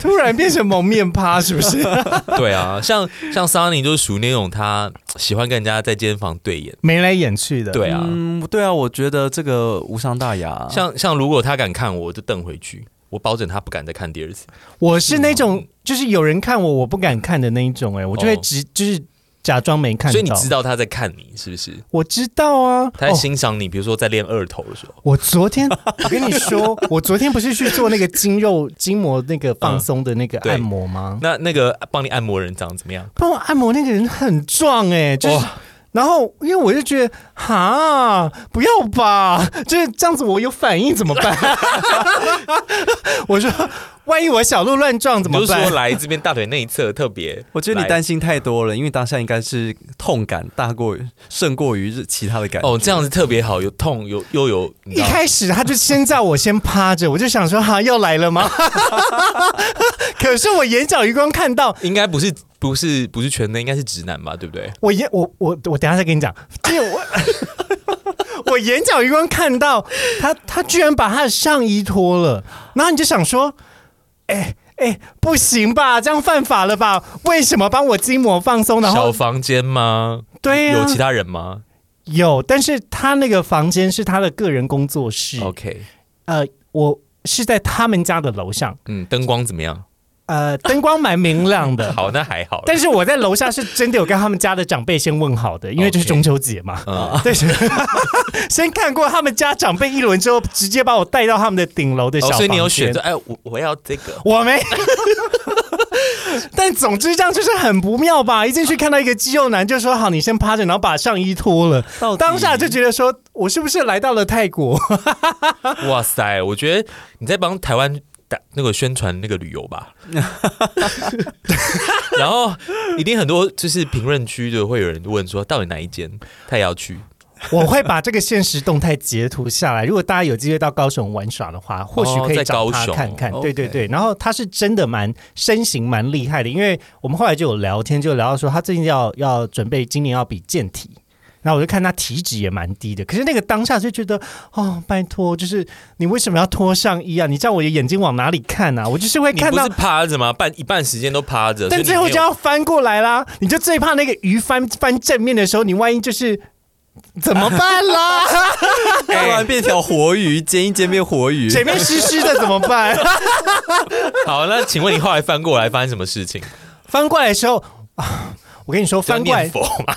突然变成蒙面趴，是不 [laughs] 是？对啊，像像 Sunny 就是属于那种他喜欢跟人家在健身房对眼。眉来眼去的。，对啊，嗯，对啊，我觉得这个无伤大雅。，像像如果他敢看我，我就瞪回去，我保证他不敢再看第二次。我是那种就是有人看我，我不敢看的那一种、哎，我就会哦直、就是假装没看到。所以你知道他在看你是不是？我知道啊。他在哦欣赏你，比如说在练二头的时候。我昨天，我跟你说，我昨天不是去做那个筋肉筋膜那个放松的那个 [laughs] 对按摩吗？那那个帮你按摩的人长得怎么样？帮我按摩那个人很壮哎、就是。然后，因为我就觉得，哈，不要吧，就是这样子，我有反应怎么办？ [laughs] 我说，万一我小鹿乱撞怎你就么是说办？来这边大腿内侧特别我觉得你来担心太多了，因为当下应该是痛感大过于胜过于其他的感觉。哦，这样子特别好，有痛有又有，你知一道开始他就先叫我先趴着，我就想说，哈，要来了吗？ [laughs] 可是我眼角余光看到，应该不是不是不是全内，应该是直男吧，对不对？我眼我我我等一下再跟你讲，这我 [laughs] 我眼角余光看到他，他居然把他的上衣脱了，然后你就想说，哎、哎、不行吧，这样犯法了吧？为什么帮我筋膜放松？然小后房间吗？对啊呀、有其他人吗有，但是他那个房间是他的个人工作室， ？OK，呃，我是在他们家的楼上，嗯，灯光怎么样？呃，灯光蛮明亮的。好，那还好啦。呃 [laughs] 但是我在楼下是真的有跟他们家的长辈先问好的，因为就是 OK 中秋节嘛。嗯， [laughs] 对，先看过他们家长辈一轮之后，直接把我带到他们的顶楼的小、哦，房所以你有间选择，哎，我我要 [laughs] 这个。我没。但总之这样就是很不妙吧？一进去看到一个肌肉男，就说好，你先趴着，然后把上衣脱了。哦到底当下就觉得说，我是不是来到了泰国？哇塞，我觉得你在帮台湾打那个宣传那个旅游 [laughs] 吧。然后一定很多就是评论区的会有人问说，到底哪一间他也要去？我会把这个现实动态截图下来。如果大家有机会到高雄玩耍的话，或许可以哦在找高他雄看看。 OK 对对对，然后他是真的蛮身形蛮厉害的，因为我们后来就有聊天，就聊到说他最近要要准备今年要比健体。然后我就看他体脂也蛮低的，可是那个当下就觉得，哦，拜托，就是你为什么要脱上衣啊？你叫我的眼睛往哪里看啊？我就是会你看不到是趴着吗？半一半时间都趴着，所以但你最后没有就要翻过来啦，你就最怕那个鱼翻翻正面的时候，你万一就是怎么办啦？突然变条活鱼，煎一煎变活鱼，前面湿湿的怎么办？好。那请问你后来翻过来发生什么事情？ [laughs] 翻过来的时候，啊我跟你说， [laughs] 翻过就来念佛吗？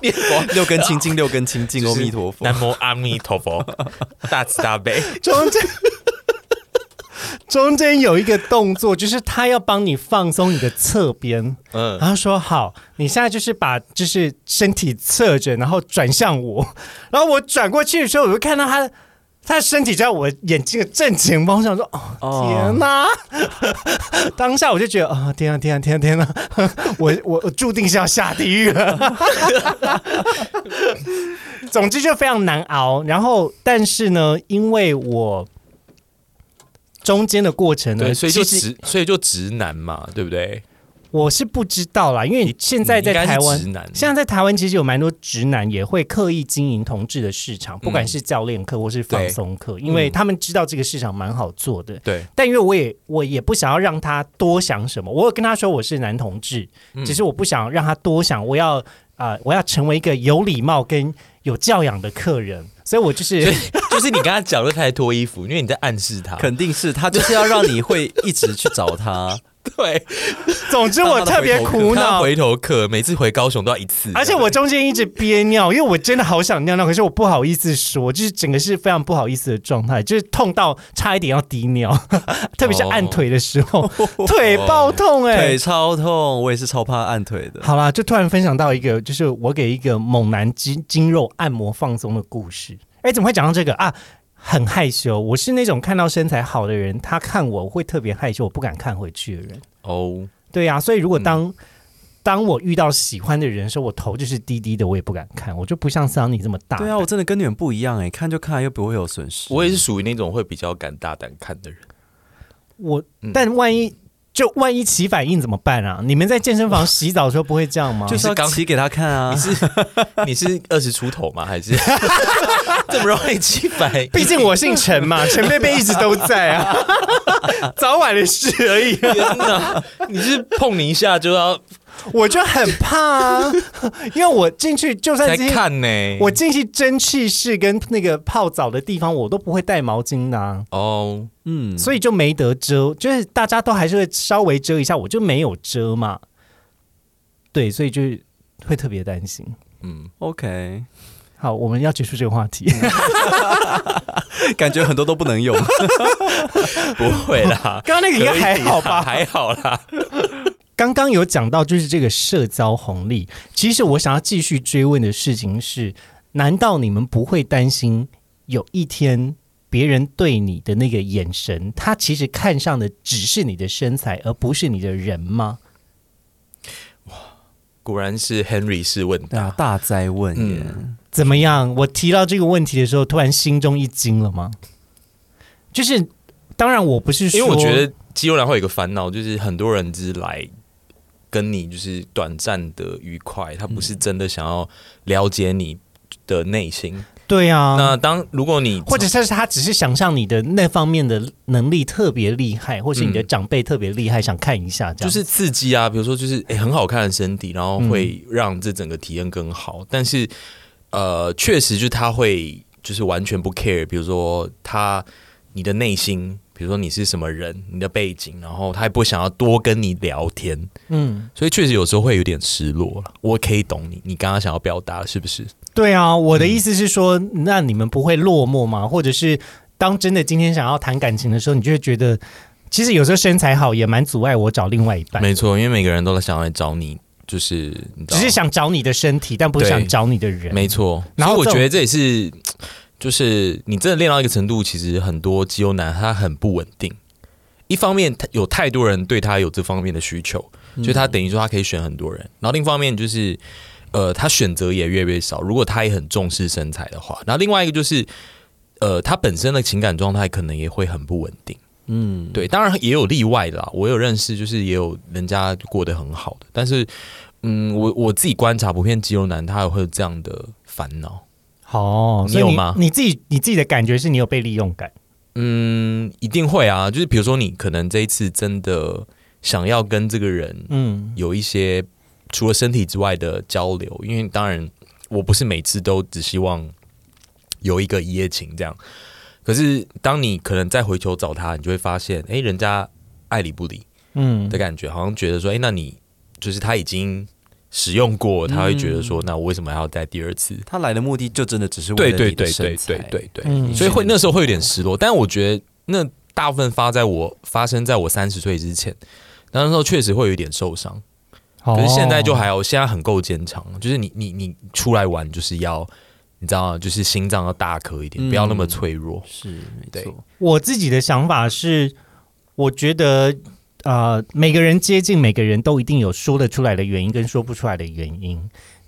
念佛。六根清净，六根清净，阿弥陀佛。南无阿弥陀 [laughs] 佛，大慈大悲。中间。 [laughs] 中间有一个动作，就是他要帮你放松你的侧边，嗯，然后说好，你现在就是把就是身体侧着，然后转向我，然后我转过去的时候，我就看到他他的身体在我眼睛的正前方，我想说哦哦天哪、 [laughs] 当下我就觉得啊、天啊天啊天啊天啊，我我我注定是要下地狱了。 [laughs] 总之就非常难熬，然后但是呢，因为我中间的过程呢，对，所以就其实直，所以就直男嘛，对不对？我是不知道啦，因为现在在你应该台是湾直，男，现在在台湾其实有蛮多直男也会刻意经营同志的市场，不嗯管是教练课或是放松课，因为他们知道这个市场蛮好做的。对，但因为我也我也不想要让他多想什么，我有跟他说我是男同志，嗯只是我不想让他多想，我要啊，我要成为一个有礼貌跟有教养的客人，所以我就是所以就是你跟他讲就开始脱衣服，因为你在暗示他。肯定是他就是 [laughs] 要让你会一直去找 [laughs] 他。对，哦总之我特别苦他恼。回头客，每次回高雄都要一次，而且我中间一直憋尿，因为我真的好想尿尿，可是我不好意思说，就是整个是非常不好意思的状态，就是痛到差一点要滴尿，特别是按腿的时候，腿爆痛哎、腿超痛，我也是超怕按 [laughs] 腿的。好啦，就突然分享到一个，就是我给一个猛男肌筋肉按摩放松的故事。哎，怎么会讲到这个啊？很害羞，我是那种看到身材好的人，他看我会特别害羞，我不敢看回去的人。哦，对呀、所以如果当、当我遇到喜欢的人的时候，我头就是低低的，我也不敢看，我就不像桑尼这么大。对啊，我真的跟你们不一样哎、看就看，又不会有损失。我也是属于那种会比较敢大胆看 [laughs] 的人。我但万一就万一起反应怎么办啊？你们在健身房洗澡的时候不会这样吗？就是要你是刚骑给他看啊你。是你是二十出头吗？还 [laughs] 是这么容易起反应？毕竟我姓陈 [laughs] 嘛，陈贝贝一直都在啊， [laughs] 早晚的事而已、天哪！你是碰你一下就要 [laughs] 我就很怕啊，因为我进去就算在今天看呢、我进去蒸汽室跟那个泡澡的地方，我都不会带毛巾的、啊，哦， [laughs] 嗯，所以就没得遮，就是大家都还是会稍微遮一下，我就没有遮嘛。对，所以就是会特别担心。嗯， OK，好，我们要结束这个话题。，感觉很多都不能用。不会啦刚刚那个应该还 [laughs] 好吧？可以啦还好啦。刚刚有讲到就是这个社交红利，其实我想要继续追问的事情是：难道你们不会担心有一天别人对你的那个眼神，他其实看上的只是你的身材，而不是你的人吗？果然是 Henry 是问 [laughs] 对答，啊，大灾问耶。嗯怎么样？我提到这个问题的时候，突然心中一惊了吗？就是，当然我不是说，嗯因为我觉得肌肉男会有一个烦恼，就是很多人只是来跟你就是短暂的愉快，他不是真的想要了解你的内心。对啊，那当如果你或者是他只是想上你的那方面的能力特别厉害，或是你的长辈特别厉害，想看一下这嗯就样。是刺激啊，比如说就是诶、很好看的身体，然后会让这整个体验更好。但是呃，确实就是他会就是完全不 care，比如说他你的内心，比如说你是什么人，你的背景，然后他也不想要多跟你聊天，嗯，所以确实有时候会有点失落了。我可以懂你，你刚刚想要表达的是不是？对啊，我的意思是说，嗯那你们不会落寞吗？或者是当真的今天想要谈感情的时候，你就会觉得，其实有时候身材好也蛮阻碍我找另外一半，没错，因为每个人都想来找你，就是你知道只是想找你的身体，但不是对想找你的人。没错，然然后后我这种觉得这也是，就是你真的练到一个程度，其实很多肌肉男他很不稳定。一方面，他有太多人对他有这方面的需求，所以他等于说他可以选很多人。然后另一方面就是，呃，他选择也越来越少。如果他也很重视身材的话，然后另外一个就是，呃，他本身的情感状态可能也会很不稳定。嗯，对，当然也有例外的啦。我有认识，就是也有人家过得很好的，但是，嗯，我我自己观察，普遍肌肉男他也会有这样的烦恼。好、哦，你所以有吗你自己你自己的感觉是你有被利用感，嗯，一定会啊。就是比如说，你可能这一次真的想要跟这个人嗯，有一些除了身体之外的交流，因为当然我不是每次都只希望有一个一夜情这样。可是当你可能再回头找他，你就会发现，诶，人家爱理不理，嗯的感觉，好像觉得说，哎、那你就是他已经使用过，他会觉得说，那我为什么还要再第二次？他来的目的就真的只是为嗯对了对你的对身对材对对对，嗯所以会那时候会有点失落，但我觉得那大部分发在我发生在我三十岁之前，那时候确实会有一点受伤，可可是现在就还好，现在很够坚强，就是你你你出来玩就是要。你知道吗？就是心脏要大颗一点，嗯不要那么脆弱。是没对错。我自己的想法是，我觉得呃，每个人接近每个人都一定有说得出来的原因跟说不出来的原因。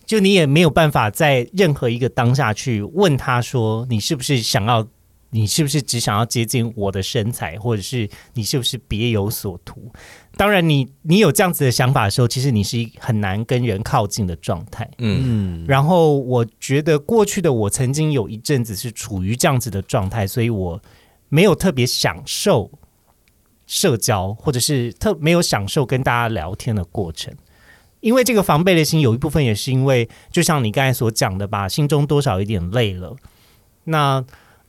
就你也没有办法在任何一个当下去问他说你是不是想要你是不是只想要接近我的身材，或者是你是不是别有所图？当然你，你有这样子的想法的时候，其实你是很难跟人靠近的状态。嗯，嗯，然后我觉得过去的我曾经有一阵子是处于这样子的状态，所以我没有特别享受社交，或者是特没有享受跟大家聊天的过程。因为这个防备的心，有一部分也是因为，就像你刚才所讲的吧，心中多少有点累了。那，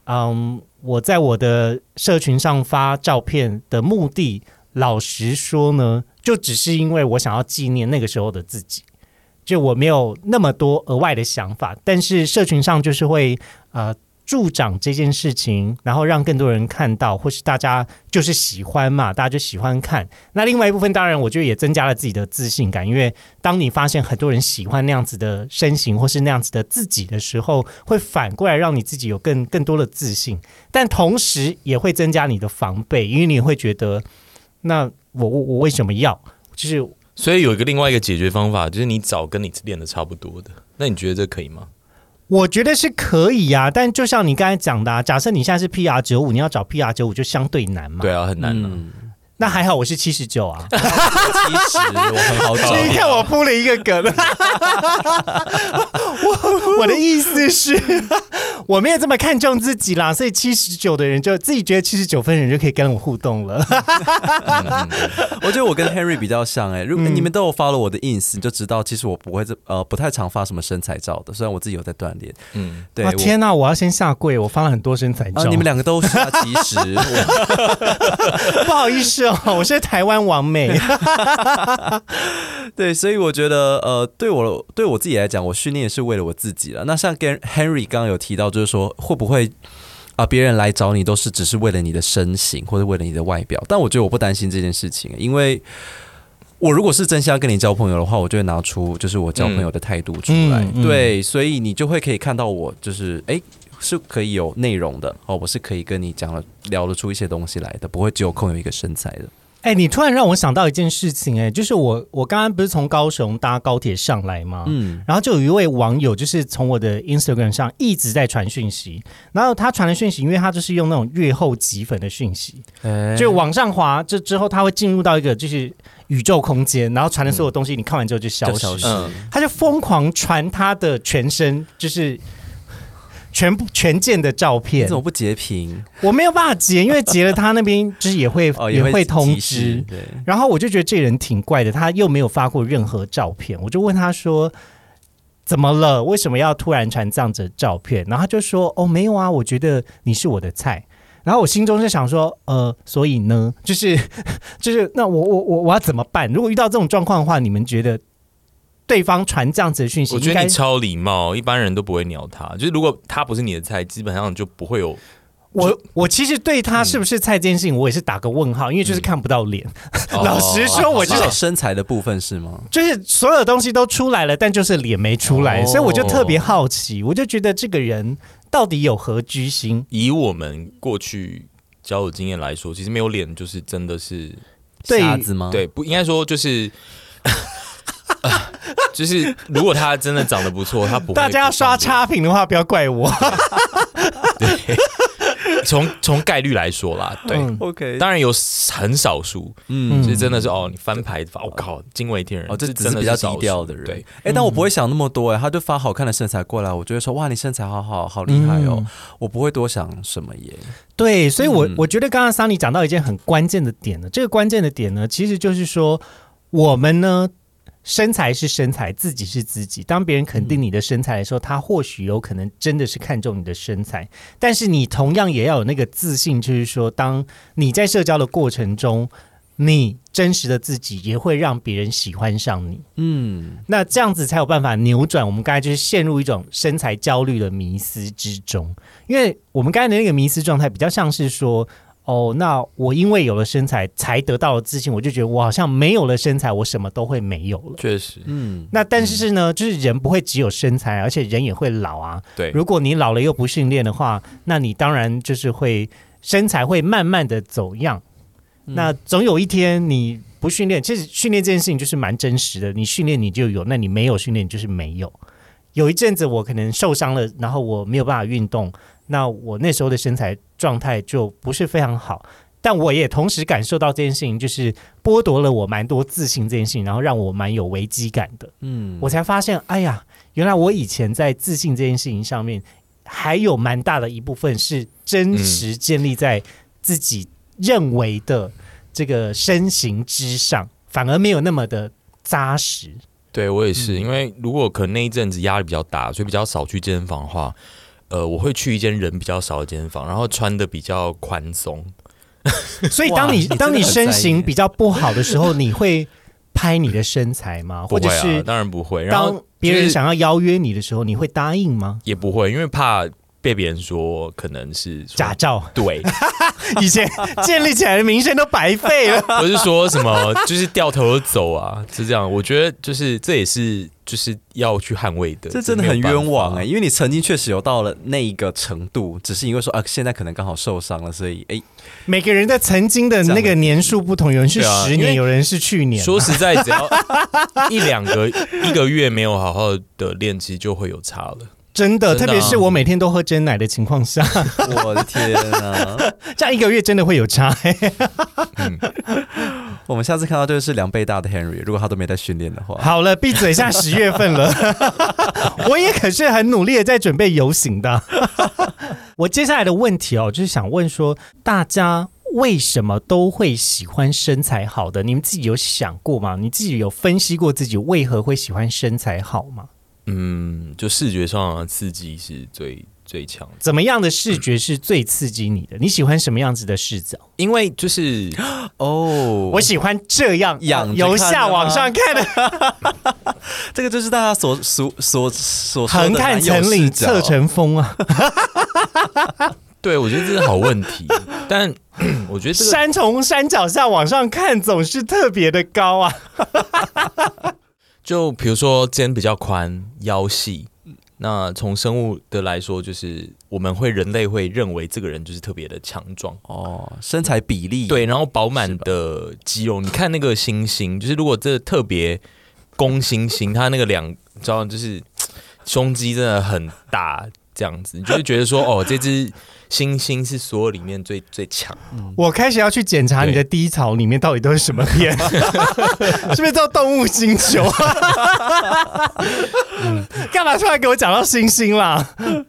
嗯，我在我的社群上发照片的目的，老实说呢，就只是因为我想要纪念那个时候的自己。就我没有那么多呃额外的想法，但是社群上就是会呃助长这件事情，然后让更多人看到，或是大家就是喜欢嘛，大家就喜欢看。那另外一部分，当然我觉得也增加了自己的自信感，因为当你发现很多人喜欢那样子的身形或是那样子的自己的时候，会反过来让你自己有更更多的自信，但同时也会增加你的防备，因为你会觉得，那我我我为什么要？就是所以有一个另外一个解决方法，就是你找跟你练的差不多的。那你觉得这可以吗？我觉得是可以呀、但就像你刚才讲的、啊，假设你现在是 PR 九五，你要找 PR 九五就相对难嘛。对啊，很难啊。那还好我是七十九啊。哦其实我很好找 [laughs] 所，以你看我铺了一个梗， [laughs] 我我的意思是，我没有这么看重自己啦，所以七十九的人就自己觉得七十九分的人就可以跟我互动了。我觉得我跟 Henry 比较像哎、如果你们都有 follow 我的 ins，你就知道其实我不会这呃不太常发什么身材照的，虽然我自己有在锻炼，嗯，对，啊 [laughs] 我天哪、我要先下跪，我发了很多身材照。啊，你们两个都是啊，其实我不好意思哦，我是台湾王美。对，所以我觉得呃，对我对我自己来讲，我训练也是为了我自己了。那像跟 Henry 刚刚有提到，就是说会不会啊，别人来找你都是只是为了你的身形或者为了你的外表？但我觉得我不担心这件事情，因为我如果是真心要跟你交朋友的话，我就会拿出就是我交朋友的态度出来。嗯嗯嗯对，所以你就会可以看到我就是哎。是可以有内容的哦，我是可以跟你讲了聊得出一些东西来的，不会只有空有一个身材的。哎、你突然让我想到一件事情、哎，就是我我刚刚不是从高雄搭高铁上来吗？嗯，然后就有一位网友，就是从我的 Instagram 上一直在传讯息，然后他传的讯息，因为他就是用那种月后积粉的讯息，哎就往上滑，这之后他会进入到一个就是宇宙空间，然后传的所有东西，你看完之后就消就失，消失嗯，他就疯狂传他的全身，就是全部全件的照你片怎，么不截屏？我没有办法截，因为截了他那边就是也会、哦，也会通及时知，对，然后我就觉得这人挺怪的，他又没有发过任何照片，我就问他说。怎么了？为什么要突然传这样子的照片？然后他就说：“哦，没有啊，我觉得你是我的菜。”然后我心中就想说：“呃，所以呢， [laughs] 就是就是，那我我我我要怎么办？如果遇到这种状况的话，你们觉得对方传这样子的讯息，我觉应得该你超礼貌，一般人都不会鸟他。就是如果他不是你的菜，基本上就不会有。我我其实对嗯他是不是蔡建信，我也是打个问号，因为就是看不到脸。 [laughs] 哦老实说，我至就少是哦身材的部分是吗？就是所有东西都出来了，但就是脸没出来，哦所以我就特别好奇，我就觉得这个人到底有何居心？以我们过去交友经验来说，其实没有脸就是真的是对瞎子吗？对，，不应该说就是。 [laughs] 呃就是如果他真的长得不错，他 [laughs] 不会大家要刷差评的话，不要怪我。从从概率来说啦，对，嗯，OK，当然有很少数，嗯就是真的是哦，你翻牌子，我、靠，惊为天人，哦，这只真是的比较少低数调的人。对，，哎，但我不会想那么多哎，他就发好看的身材过来，我就会说哇，你身材好好，好厉害哦，我不会多想什么耶。对，所以我，我、嗯觉得刚刚桑尼讲到一件很关键的点呢，这个关键的点呢，其实就是说，我们呢，身材是身材，自己是自己。当别人肯嗯定你的身材的时候，他或许有可能真的是看重你的身材，但是你同样也要有那个自信，就是说，当你在社交的过程中，你真实的自己也会让别人喜欢上你。嗯，那这样子才有办法扭转我们刚才就是陷入一种身材焦虑的迷思之中，因为我们刚才的那个迷思状态比较像是说，哦，那我因为有了身材才得到了自信，我就觉得我好像没有了身材，我什么都会没有了。确实，嗯，那但是呢，就是人不会只有身材，而且人也会老啊。对，如果你老了又不训练的话，那你当然就是会身材会慢慢的走样。那总有一天你不训练，其实训练这件事情就是蛮真实的。你训练你就有，那你没有训练你就是没有。有一阵子我可能受伤了，然后我没有办法运动，那我那时候的身材状态就不是非常好。但我也同时感受到这件事情，就是剥夺了我蛮多自信这件事情，然后让我蛮有危机感的。嗯，我才发现，哎呀，原来我以前在自信这件事情上面，还有蛮大的一部分是真实建立在自己认为的这个身形之上，反而没有那么的扎实。对我也是，嗯因为如果可能那一阵子压力比较大，所以比较少去健身房的话，呃，我会去一间人比较少的健身房，然后穿的比较宽松。所以，当哇你你真的当你很身在意形耶比较不好的时候，你会拍你的身材吗？不或者会啊，是当然不会。然当后别人就是想要邀约你的时候，你会答应吗？也不会，因为怕被别人说可能是说假。照 [laughs] 对，以前 [laughs] 建立起来的名声都白费 [laughs] 了。不是说什么就是掉头走啊，是这样。我觉得就是这也是就是要去捍卫的，这真的很冤枉欸哎、哎、因为你曾经确实有到了那一个程度，只是因为说啊，现在可能刚好受伤了，所以 [laughs] 哎、每个人在曾经的那个年数不同，有人是对啊十因年，为有人是去年。说实在，只要一两个一个月没有好好的练，其实就会有差了。真的，真的特啊别是我每天都喝真奶的情况下， [laughs] 我的天啊！这样一个月真的会有差、欸。我们下次看到就是两倍大的 Henry，如果他都没在训练的话，好了，闭嘴，下十月份 [laughs] 了，我也可是很努力的在准备游行的。 [laughs] 我接下来的问题哦，就是想问说，大家为什么都会喜欢身材好的？你们自己有想过吗？你自己有分析过自己为何会喜欢身材好吗？嗯，就视觉上的刺激是最最强的，怎么样的视觉是最刺激你的？你喜欢什么样子的视角？因为就是哦，我喜欢这样仰着由看啊下的往吗上看的，这个就是大家所所所所说的横看男友成岭视角侧成峰啊，对我觉得这是好问题，但 [clears throat] 我觉得这个山从山脚下往上看总是特别的高啊。就比如说肩比较宽，腰细。那从生物的来说，就是我们会人类会认为这个人就是特别的强壮，哦，身材比例对，然后饱满的肌肉。你看那个猩猩，就是如果这特别公猩猩，它那个两，你知道就是胸肌真的很大，这样子，你就会觉得说，哦，这只猩猩是所有里面最最强。我开始要去检查你的低槽里面到底都是什么片， [laughs] 是不是叫动物星球啊？嗯干嘛突然给我讲到星星啦？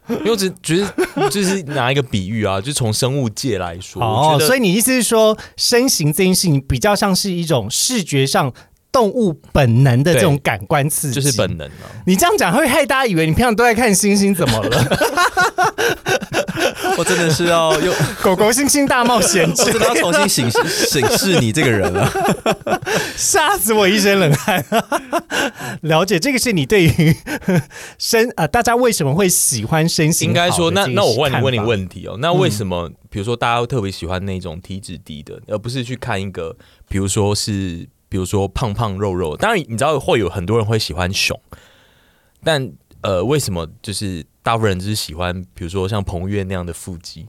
因为我只觉得就是拿一个比喻啊，就从生物界来说，我哦，觉得所以你意思是说，身形这件事情比较像是一种视觉上动物本能的这种对感官刺激，就是本能啊。你这样讲会害大家以为你平常都在看星星，怎么了？ [laughs] 我真的是要 [laughs] 又狗狗星星大冒险我之真的要重新审 [laughs] 视审视你这个人了。吓死我一身冷汗。 [laughs] 了解，这个是你对于身啊、大家为什么会喜欢身形应好的该说，那这个那我问看法你嗯问你，问题哦，那为什么比如说大家特别喜欢那种体脂低的，而不是去看一个，比如说是比如说胖胖肉肉？当然你知道会有很多人会喜欢熊，但呃，为什么就是大部分人就是喜欢，比如说像彭于晏那样的腹肌？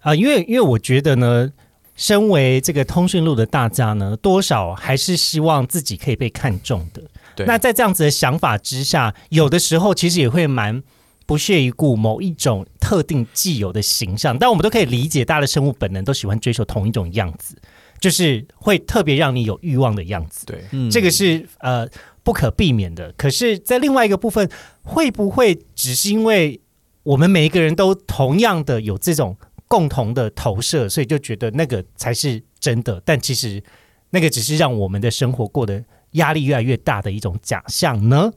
啊、因为因为我觉得呢。身为这个通讯录的大家呢，多少还是希望自己可以被看中的。对，那在这样子的想法之下，有的时候其实也会蛮不屑一顾某一种特定既有的形象，但我们都可以理解，大家的生物本能都喜欢追求同一种样子，就是会特别让你有欲望的样子。对，嗯这个是呃不可避免的。可是，在另外一个部分，会不会只是因为我们每一个人都同样的有这种共同的投射，所以就觉得那个才是真的？但其实那个只是让我们的生活过得压力越来越大的一种假象呢？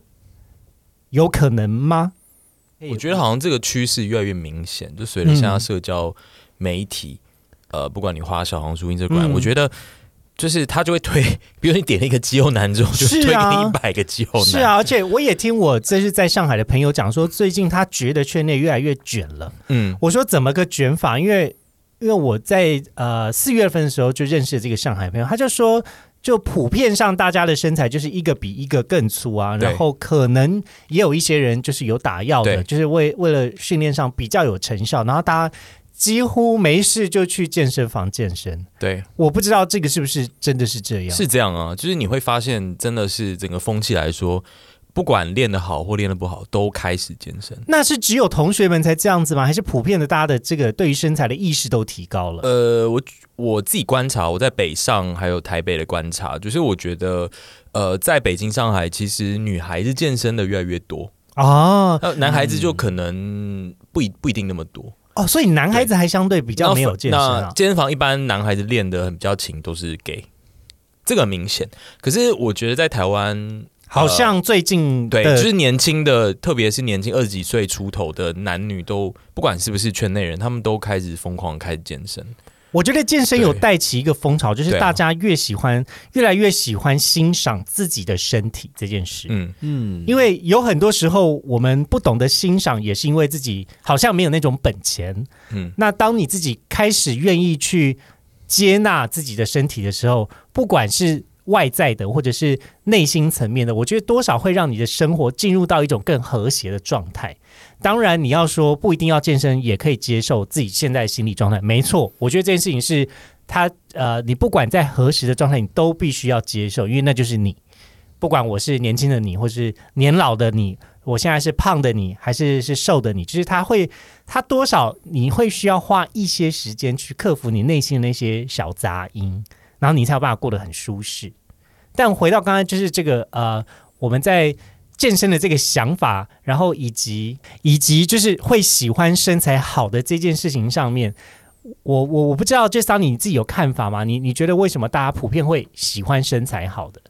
有可能吗？我觉得好像这个趋势越来越明显，就随着现在社交媒体，呃，不管你花小红书、Instagram，、嗯我觉得就是他就会推， [laughs] 比如你点了一个肌肉男之后，就是推给啊你一百个肌肉男。是，啊，而且我也听我这是在上海的朋友讲说，最近他觉得圈内越来越卷了。嗯，我说怎么个卷法？因为因为我在呃四月份的时候就认识了这个上海朋友，他就说，就普遍上大家的身材就是一个比一个更粗啊，对然后可能也有一些人就是有打药的，对就是为为了训练上比较有成效，然后大家几乎没事就去健身房健身。对，我不知道这个是不是真的是这样，是这样啊，就是你会发现，真的是整个风气来说，不管练得好或练得不好，都开始健身。那是只有同学们才这样子吗？还是普遍的大家的这个对于身材的意识都提高了？呃，我我自己观察，我在北上还有台北的观察，就是我觉得，呃，在北京、上海，其实女孩子健身的越来越多，哦那男孩子就可能不一不一定那么多。哦，所以男孩子还相对比比较没有健身啊那。健身房一般男孩子练的很比较勤，都是 gay，这个很明显。可是我觉得在台湾。好像最近呃对，的就是年轻的，特别是年轻二十几岁出头的男女都，不管是不是圈内人，他们都开始疯狂开始健身。我觉得健身有对带起一个风潮，就是对啊大家越喜欢，越来越喜欢欣赏自己的身体这件事。嗯，嗯，因为有很多时候我们不懂得欣赏，也是因为自己好像没有那种本钱。嗯嗯，那当你自己开始愿意去接纳自己的身体的时候，不管是外在的或者是内心层面的，我觉得多少会让你的生活进入到一种更和谐的状态。当然，你要说不一定要健身，也可以接受自己现在的心理状态。没错，我觉得这件事情是它呃，你不管在何时的状态，你都必须要接受，因为那就是你。不管我是年轻的你，或是年老的你，我现在是胖的你，还是是瘦的你，就是他会，他多少你会需要花一些时间去克服你内心的那些小杂音，然后你才有办法过得很舒适。但回到刚才，就是这个呃，我们在健身的这个想法，然后以及以及就是会喜欢身材好的这件事情上面。我我我不知道，这桑尼你自己有看法吗？你你觉得为什么大家普遍会喜欢身材好的？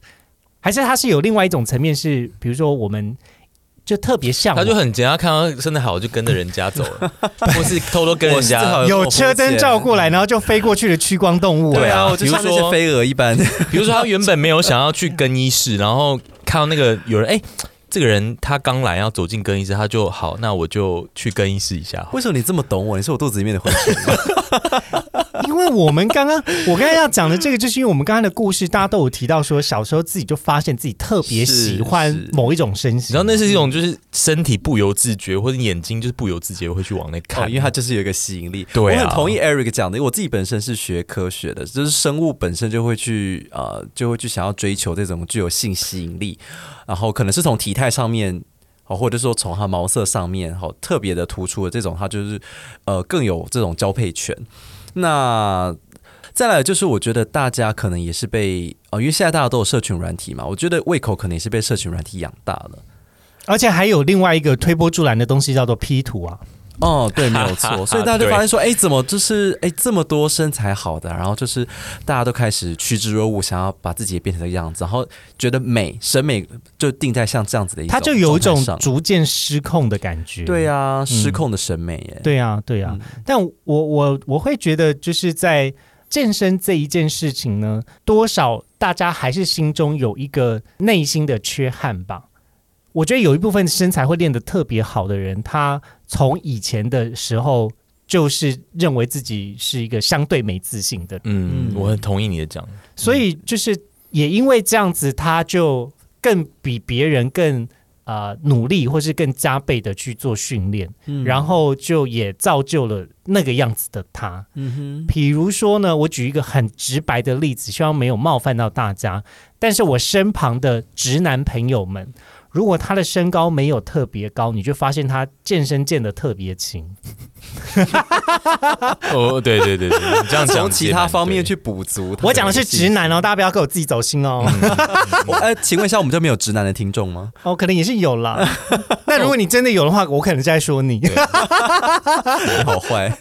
还是它是有另外一种层面是，比如说我们就特别向他往，就很简单，看到身材好就跟着人家走 [laughs] 了，或是偷偷跟人呃我是家好。有车灯照过来，然后就飞过去的趋光动物、对啊，我就比如像那些说飞蛾一般，比如说他原本没有想要去更衣室，然后看到那个有人，哎、这个人他刚来要走进更衣室，他就好，那我就去更衣室一下好了。 [laughs] 为什么你这么懂我？你是我肚子里面的蛔虫。因为我们刚刚我刚才要讲的这个，就是因为我们刚才的故事，大家都有提到说，小时候自己就发现自己特别喜欢是某一种身形，然后那是一种就是身体不由自觉，或者眼睛就是不由自觉会去往那看，哦，因为它就是有一个吸引力。对啊我很同意 Eric 讲的，因为我自己本身是学科学的，就是生物本身就会去呃，就会去想要追求这种具有性吸引力，然后可能是从体态上面。哦，或者说从它毛色上面，好、特别的突出的这种，它就是呃更有这种交配权。那再来就是，我觉得大家可能也是被哦，因为现在大家都有社群软体嘛，我觉得胃口可能也是被社群软体养大了。而且还有另外一个推波助澜的东西叫做 P 图啊，哦，对，没有错，所以大家就发现说，哎，怎么就是哎这么多身材好的，然后就是大家都开始趋之若鹜，想要把自己也变成这个样子，然后觉得美审美就定在像这样子的一种它就有一种状态上逐渐失控的感觉。对啊失控的审美耶，对啊，对啊。但我我我会觉得，就是在健身这一件事情呢，多少大家还是心中有一个内心的缺憾吧。我觉得有一部分身材会练得特别好的人，他从以前的时候就是认为自己是一个相对没自信的人，嗯，嗯我很同意你的讲，所以就是也因为这样子，他就更比别人更呃努力，或是更加倍的去做训练。嗯然后就也造就了那个样子的他。嗯比如说呢，我举一个很直白的例子，希望没有冒犯到大家。但是我身旁的直男朋友们，如果他的身高没有特别高，你就发现他健身健的特别勤。哦，对对对对，你这样讲哼，从其他方面去补足。我讲的是直，男哦，大家不要给我自己走心哦。哎，请问一下，我们这边有直男的听众 [laughs] 吗？哦，可能也是有啦。那如果你真的有的话，我可能在说你，你好坏，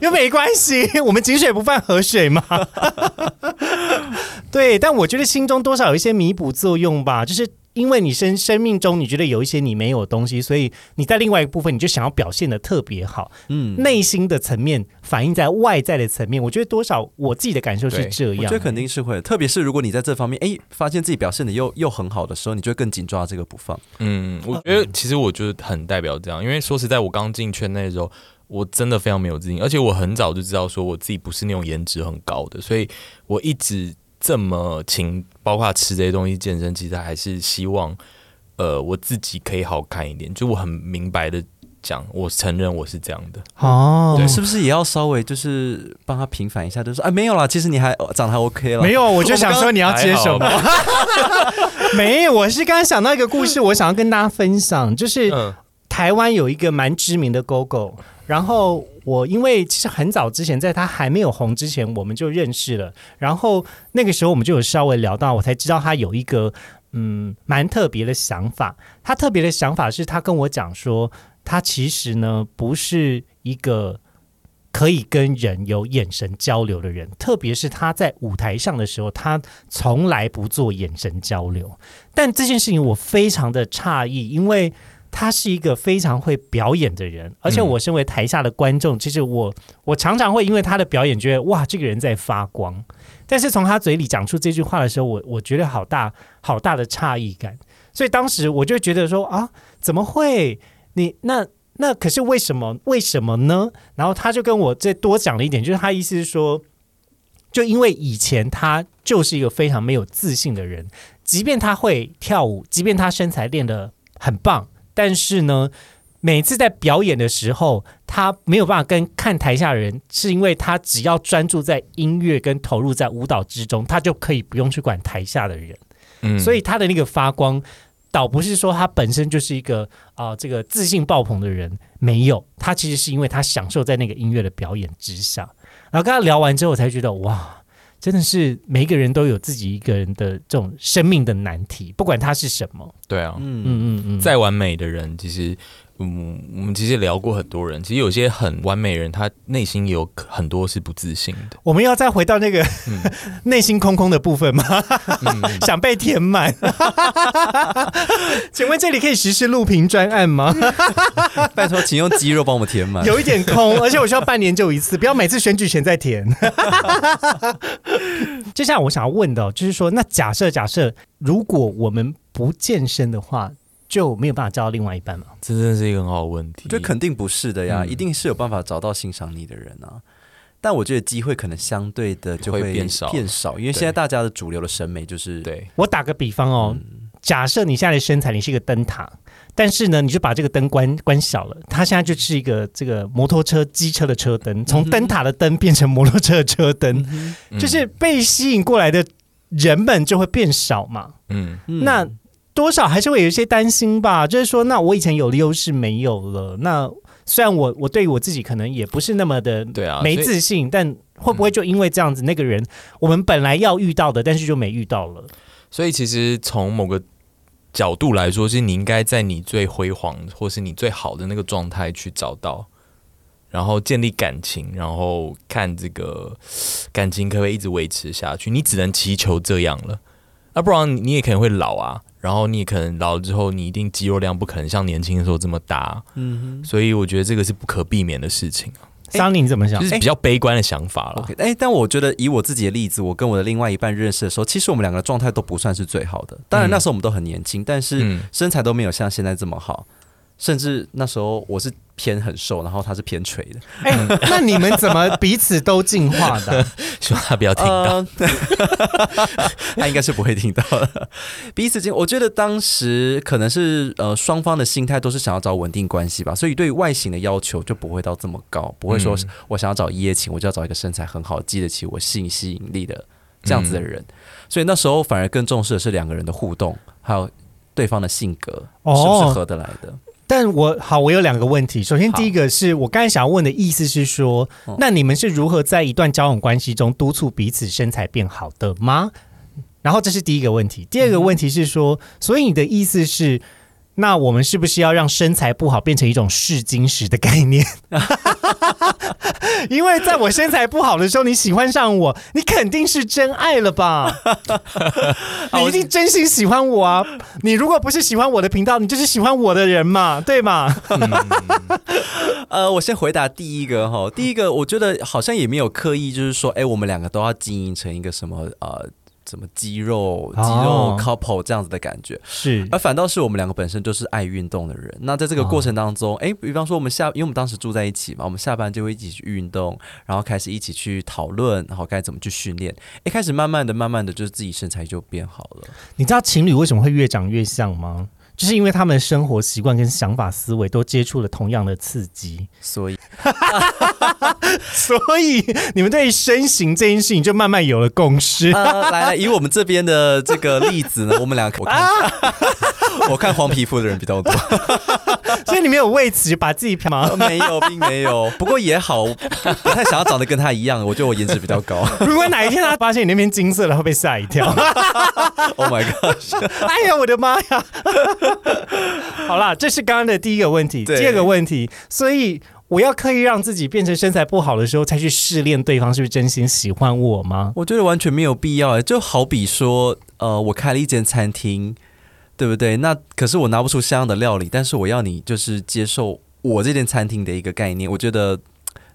又没关系， [laughs] 我们井水不犯河水嘛。 [laughs] 对，但我觉得心中多少有一些弥补作用吧，就是因为你生生命中你觉得有一些你没有的东西，所以你在另外一个部分你就想要表现的特别好，嗯，内心的层面反映在外在的层面，我觉得多少我自己的感受是对这我样觉得。肯定是会，特别是如果你在这方面，哎，发现自己表现的又又很好的时候，你就会更紧抓这个不放。嗯，我觉得其实我就是很代表这样，因为说实在，我刚进圈内的时候，我真的非常没有自信，而且我很早就知道说我自己不是那种颜值很高的，所以我一直这么勤，包括吃这些东西、健身，其实还是希望呃我自己可以好看一点，就我很明白的。讲，我承认我是这样的。哦我们是不是也要稍微就是帮他平反一下？就是说啊，没有啦，其实你还哦长得还 OK 了。没有，我就我们想刚说你要接什么？ [laughs] 没有，我是刚刚想到一个故事，我想要跟大家分享，就是嗯，台湾有一个蛮知名的狗狗，然后我因为其实很早之前，在它还没有红之前，我们就认识了，然后那个时候我们就有稍微聊到，我才知道它有一个嗯蛮特别的想法。它特别的想法是，它跟我讲说，它其实呢不是一个。可以跟人有眼神交流的人，特别是他在舞台上的时候，他从来不做眼神交流。但这件事情我非常的诧异，因为他是一个非常会表演的人，而且我身为台下的观众，其实我我常常会因为他的表演觉得哇，这个人在发光。但是从他嘴里讲出这句话的时候，我我觉得好大好大的诧异感。所以当时我就觉得说啊，怎么会你那？那可是为什么？为什么呢？然后他就跟我再多讲了一点，就是他意思是说，就因为以前他就是一个非常没有自信的人，即便他会跳舞，即便他身材练得很棒，但是呢，每次在表演的时候，他没有办法跟看台下的人，是因为他只要专注在音乐跟投入在舞蹈之中，他就可以不用去管台下的人，嗯，所以他的那个发光。倒不是说他本身就是一个啊、这个自信爆棚的人，没有，他其实是因为他享受在那个音乐的表演之下。然后跟他聊完之后，我才觉得哇，真的是每一个人都有自己一个人的这种生命的难题，不管他是什么。对啊，嗯，嗯嗯嗯，再完美的人，其实，嗯，我们其实聊过很多人，其实有些很完美的人，他内心有很多是不自信的。我们要再回到那个、 [laughs] 内心空空的部分吗？ [laughs] 想被填满。请问这里可以实施录屏专案吗？ [laughs] 拜托，请用肌肉帮我们填满。啊 [laughs] 有一点空，而且我需要半年就一次，不要每次选举前再填。 [laughs] 接下来我想要问的哦，就是说，那假设假设，如果我们不健身的话，就没有办法交到另外一半吗？这真的是一个很好的问题。我觉得肯定不是的呀，嗯一定是有办法找到欣赏你的人啊。但我觉得机会可能相对的就会变少变少，因为对现在大家的主流的审美就是，对，我打个比方哦，嗯假设你现在的身材你是一个灯塔，但是呢，你就把这个灯关关小了，它现在就是一个这个摩托车、机车的车嗯灯，从灯塔的灯变成摩托车的车灯，就是被吸引过来的人们就会变少嘛。嗯，嗯那多少还是会有一些担心吧，就是说，那我以前有的优势没有了，那虽然我我对于我自己可能也不是那么的对啊，没所以嗯自信，但会不会就因为这样子，那个人我们本来要遇到的，但是就没遇到了？所以其实从某个角度来说，是你应该在你最辉煌或是你最好的那个状态去找到，然后建立感情，然后看这个呃感情可不可以一直维持下去。你只能祈求这样了，那不然你也可能会老啊。然后你也可能老了之后，你一定肌肉量不可能像年轻的时候这么大，啊嗯所以我觉得这个是不可避免的事情，啊桑尼你怎么想就？是比较悲观的想法了。哼嗯，OK，哎、但我觉得以我自己的例子，我跟我的另外一半认识的时候，其实我们两个的状态都不算是最好的。当然嗯那时候我们都很年轻，但是嗯身材都没有像现在这么好，甚至那时候我是偏很瘦，然后他是偏垂的。哎、那你们怎么彼此都进化的？希望他不要听到。呃 [laughs] 他应该是不会听到的。彼此间，我觉得当时可能是呃双方的心态都是想要找稳定关系吧，所以对外形的要求就不会到这么高，不会说嗯我想要找一夜情，我就要找一个身材很好、记得起我性吸引力的这样子的人。所以那时候反而更重视的是两个人的互动，还有对方的性格、哦是不是合得来的。但我好，我有两个问题。首先，好第一个是我刚才想要问的意思是说，那你们是如何在一段交往关系中督促彼此身材变好的吗？然后这是第一个问题。第二个问题是说，所以你的意思是，那我们是不是要让身材不好变成一种试金石的概念？ [laughs] 因为在我身材不好的时候，你喜欢上我，你肯定是真爱了吧？你一定真心喜欢我啊！你如果不是喜欢我的频道，你就是喜欢我的人嘛，对吗？呃，我先回答第一个哈，第一个我觉得好像也没有刻意，就是说，哎、我们两个都要经营成一个什么呃，什么肌肉肌肉哦 couple 这样子的感觉， [laughs] 是而反倒是我们两个本身就是爱运动的人。那在这个过程当中，哎、比方说我们下，因为我们当时住在一起嘛，我们下班就会一起去运动，然后开始一起去讨论，然后该怎么去训练。一开始慢慢的、慢慢的，就是自己身材就变好了。你知道情侣为什么会越长越像吗？就是因为他们的生活习惯跟想法思维都接触了同样的刺激，所以 [laughs] 所以你们对于身形这件事情就慢慢有了共识。呃，来来，以我们这边的这个例子呢，我们两个我看， [laughs] 我看黄皮肤的人比较多，所以你没有为此把自己漂 [laughs] 吗？哦没有，并没有，不过也好，我不太想要长得跟他一样，我觉得我颜值比较高。 [laughs] 如果哪一天他发现你那边金色了，会被吓一跳。 Oh my god！哎呀，我的妈呀！ [laughs] 好啦，这是刚刚的第一个问题，对第二个问题，所以我要刻意让自己变成身材不好的时候，才去试炼对方是不是真心喜欢我吗？我觉得完全没有必要、欸，就好比说，呃，我开了一间餐厅，对不对？那可是我拿不出像样的料理，但是我要你就是接受我这间餐厅的一个概念，我觉得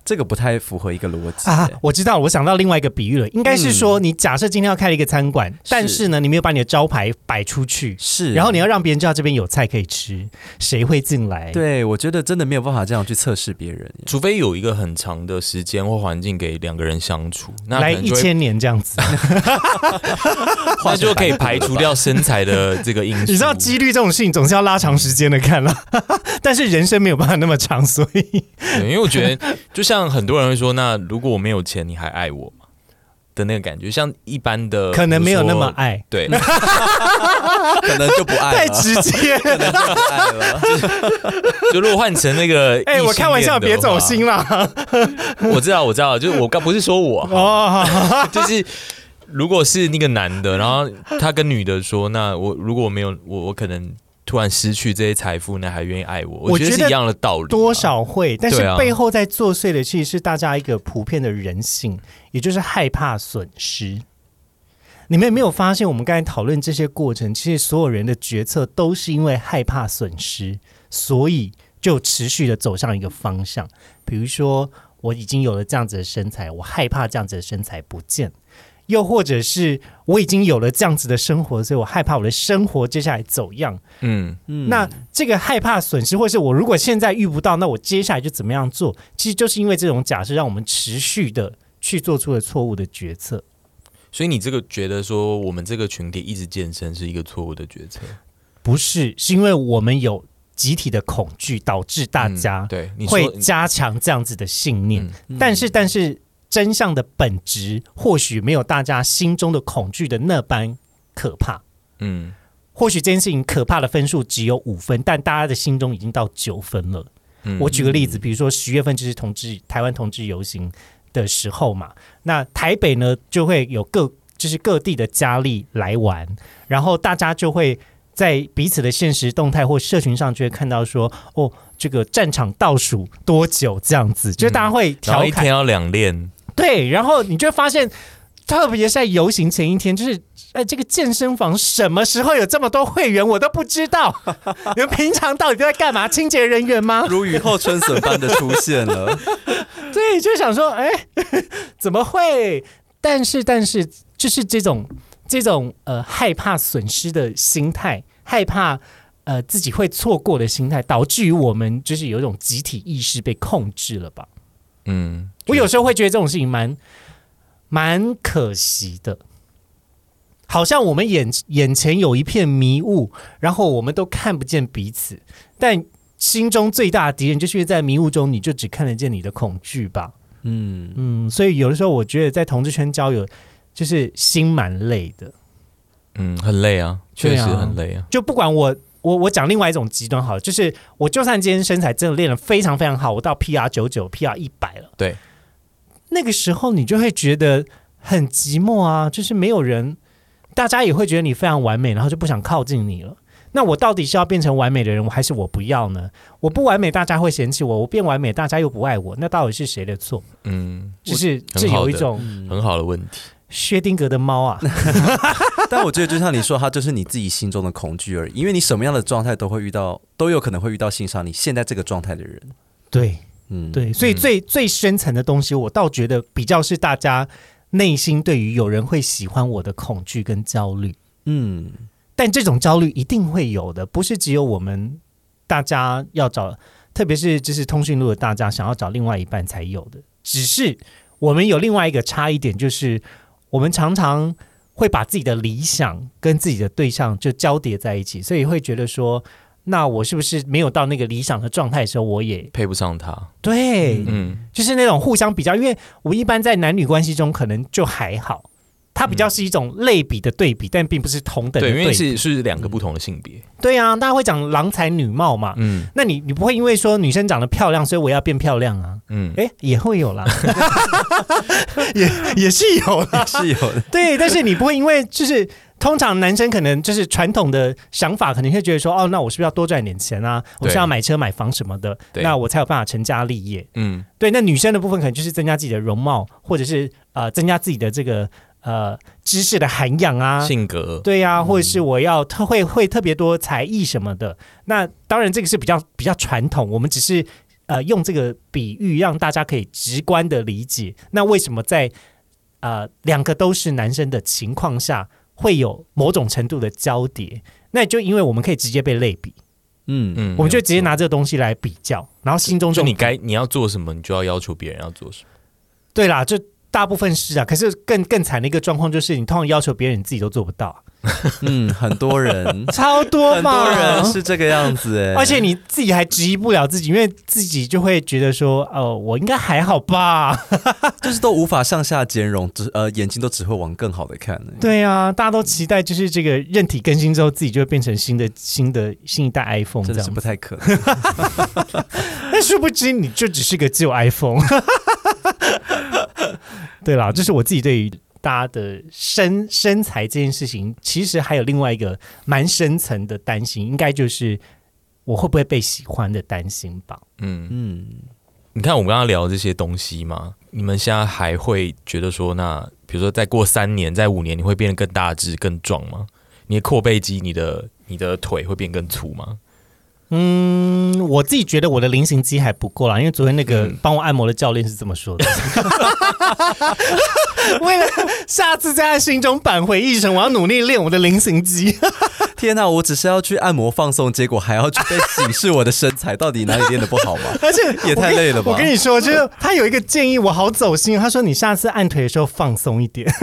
这个不太符合一个逻辑、欸。啊，我知道了，我想到另外一个比喻了，应该是说，你假设今天要开了一个餐馆，但是呢，你没有把你的招牌摆出去，是，然后你要让别人知道这边有菜可以吃，谁会进来？对我觉得真的没有办法这样去测试别人欸。除非有一个很长的时间或环境给两个人相 [laughs] 处，那可来能一就会千年这样子，那就可以排除掉身材的这个 [laughs] 因素。你知道几率这种事情总是要拉长时间的看啦， [laughs] 但是人生没有办法那么长，所以对，因为我觉得，就像很多人会说，那如果我没有钱，你还爱我吗？的那个感觉，像一般呃的可能没有那么。比爱。如说对，可能就不爱太 [laughs] 了，直接了，可能就不爱了。就如果换成那个， [laughs] 哎、我开玩笑，别走。心啦。 [laughs] 我知道，我知道，就是我刚不是说我，啊哦， [laughs] 就是如果是那个男的，然后他跟女的说，那我如果我没有我，我可能突然失去这些财富，那还愿意爱我？我我觉得觉是得一样的道理啊。多少会，但是对啊背后在作祟的其实是大家一个普遍的人性，也就是害怕损失。你们有没有发现，我们刚才讨论这些过程，其实所有人的决策都是因为害怕损失，所以就持续的走向一个方向。比如说，我已经有了这样子的身材，我害怕这样子的身材不见；又或者是我已经有了这样子的生活，所以我害怕我的生活接下来走样。嗯，嗯那这个害怕损失，或是我如果现在遇不到，那我接下来就怎么样做？其实就是因为这种假设，让我们持续的去做出了错误的决策。所以你这个觉得说我们这个群体一直健身是一个错误的决策，不是，是因为我们有集体的恐惧，导致大家嗯对你说会加强这样子的信念。嗯但是，但是真相的本质或许没有大家心中的恐惧的那般可怕。嗯，或许这件事情可怕的分数只有五分，但大家的心中已经到九分了。嗯我举个例子，比如说十月份就是同志台湾同志游行的时候嘛，那台北呢就会有各就是各地的佳丽来玩，然后大家就会在彼此的现实动态或社群上就会看到说，哦，这个战场倒数多久这样子，就是大家会嗯然后调一侃天要两练，对，然后你就会发现，特别是在游行前一天，就是哎，这个健身房什么时候有这么多会员，我都不知道。 [laughs] 你们平常到底都在干嘛？清洁人员吗？如雨后春笋般的出现了，对，就想说，哎， [laughs] 怎么会？但是，但是，就是这种这种呃害怕损失的心态，害怕呃自己会错过的心态，导致于我们就是有一种集体意识被控制了吧？嗯，我有时候会觉得这种事情蛮蛮可惜的，好像我们眼眼前有一片迷雾，然后我们都看不见彼此，但心中最大的敌人就是因为在迷雾中，你就只看得见你的恐惧吧。嗯，嗯，所以有的时候我觉得在同志圈交友，就是心蛮累的。嗯，很累啊，确对实啊很累啊。就不管我我我讲另外一种极端好了，就是我就算今天身材真的练得非常非常好，我到 PR 九九、PR 一百了，对，那个时候你就会觉得很寂寞啊，就是没有人，大家也会觉得你非常完美，然后就不想靠近你了。那我到底是要变成完美的人，我还是我不要呢？我不完美，大家会嫌弃我；我变完美，大家又不爱我，那到底是谁的错？嗯，就是这很好有一的种嗯很好的问题。薛定谔的 [laughs] 猫啊，但我觉得就像你说，它就是你自己心中的恐惧而已，因为你什么样的状态都会遇到，都有可能会遇到欣赏你现在这个状态的人。对。嗯，，对，所以最、最深层的东西，我倒觉得比较是大家内心对于有人会喜欢我的恐惧跟焦虑，嗯，但这种焦虑一定会有的，不是只有我们大家要找，特别是就是通讯录的大家想要找另外一半才有的。只是我们有另外一个差异点，就是我们常常会把自己的理想跟自己的对象就交叠在一起，所以会觉得说，那我是不是没有到那个理想的状态的时候，我也配不上他。对，嗯，就是那种互相比较，因为我一般在男女关系中可能就还好，它比较是一种类比的对比，但并不是同等的对，因对为比。是是两个不同的性别。对啊，大家会讲郎才女貌嘛。嗯那你你不会因为说女生长得漂亮，所以我要变漂亮啊？嗯，哎，也会有 [laughs] 啦，也是哦有啦。是有的。 [laughs] 对，但是你不会因为就是通常男生可能就是传统的想法，可能会觉得说，哦，那我是不是要多赚点钱啊？我是对要买车买房什么的，对那我才有办法成家立业。嗯，对，那女生的部分可能就是增加自己的容貌，或者是呃增加自己的这个呃知识的涵养啊。性格，嗯对呀、或者是我要特会会特别多才艺什么的。那当然，这个是比较比较传统，我们只是呃用这个比喻让大家可以直观的理解。那为什么在呃两个都是男生的情况下，会有某种程度的交叠？那就因为我们可以直接被类比，嗯嗯，嗯，我们就直接拿这个东西来比较，然后心中就就你该你要做什么，你就要要求别人要做什么。对啦，就大部分是啊。可是更更惨的一个状况就是，你通常要求别人，你自己都做不到 [laughs] 啊，，嗯，很多人超多很嘛，多人是这个样子哎、 [laughs] 而且你自己还质疑不了自己，因为自己就会觉得说，哦，我应该还好吧？ [laughs] 就是都无法上下兼容，只呃眼睛都只会往更好的看、哎对啊，大家都期待就是这个韧体更新之后，自己就会变成新的新的新一代 iPhone 真这的是样不子。太可能。 [laughs] 但殊不知，你就只是个旧 iPhone。对啦，这是我自己对于大家的身身材这件事情，其实还有另外一个蛮深层的担心，应该就是我会不会被喜欢的担心吧。嗯，嗯，你看我们刚刚聊这些东西嘛，你们现在还会觉得说，那比如说再过三年、再五年，你会变得更大只、更壮吗？你的阔背肌、你的你的腿会变更粗吗？嗯，我自己觉得我的菱形肌还不够啦，因为昨天那个帮我按摩的教练是这么说的。 [laughs] 为了下次在他心中扳回一城，我要努力练我的菱形肌。天哪、我只是要去按摩放松，结果还要去被警示我的身材到底哪里练的不好 [laughs] 吗？而且 [laughs] 也太累了吧我跟你说，就是他有一个建议，我好走心。他说你下次按腿的时候放松一点。 [laughs]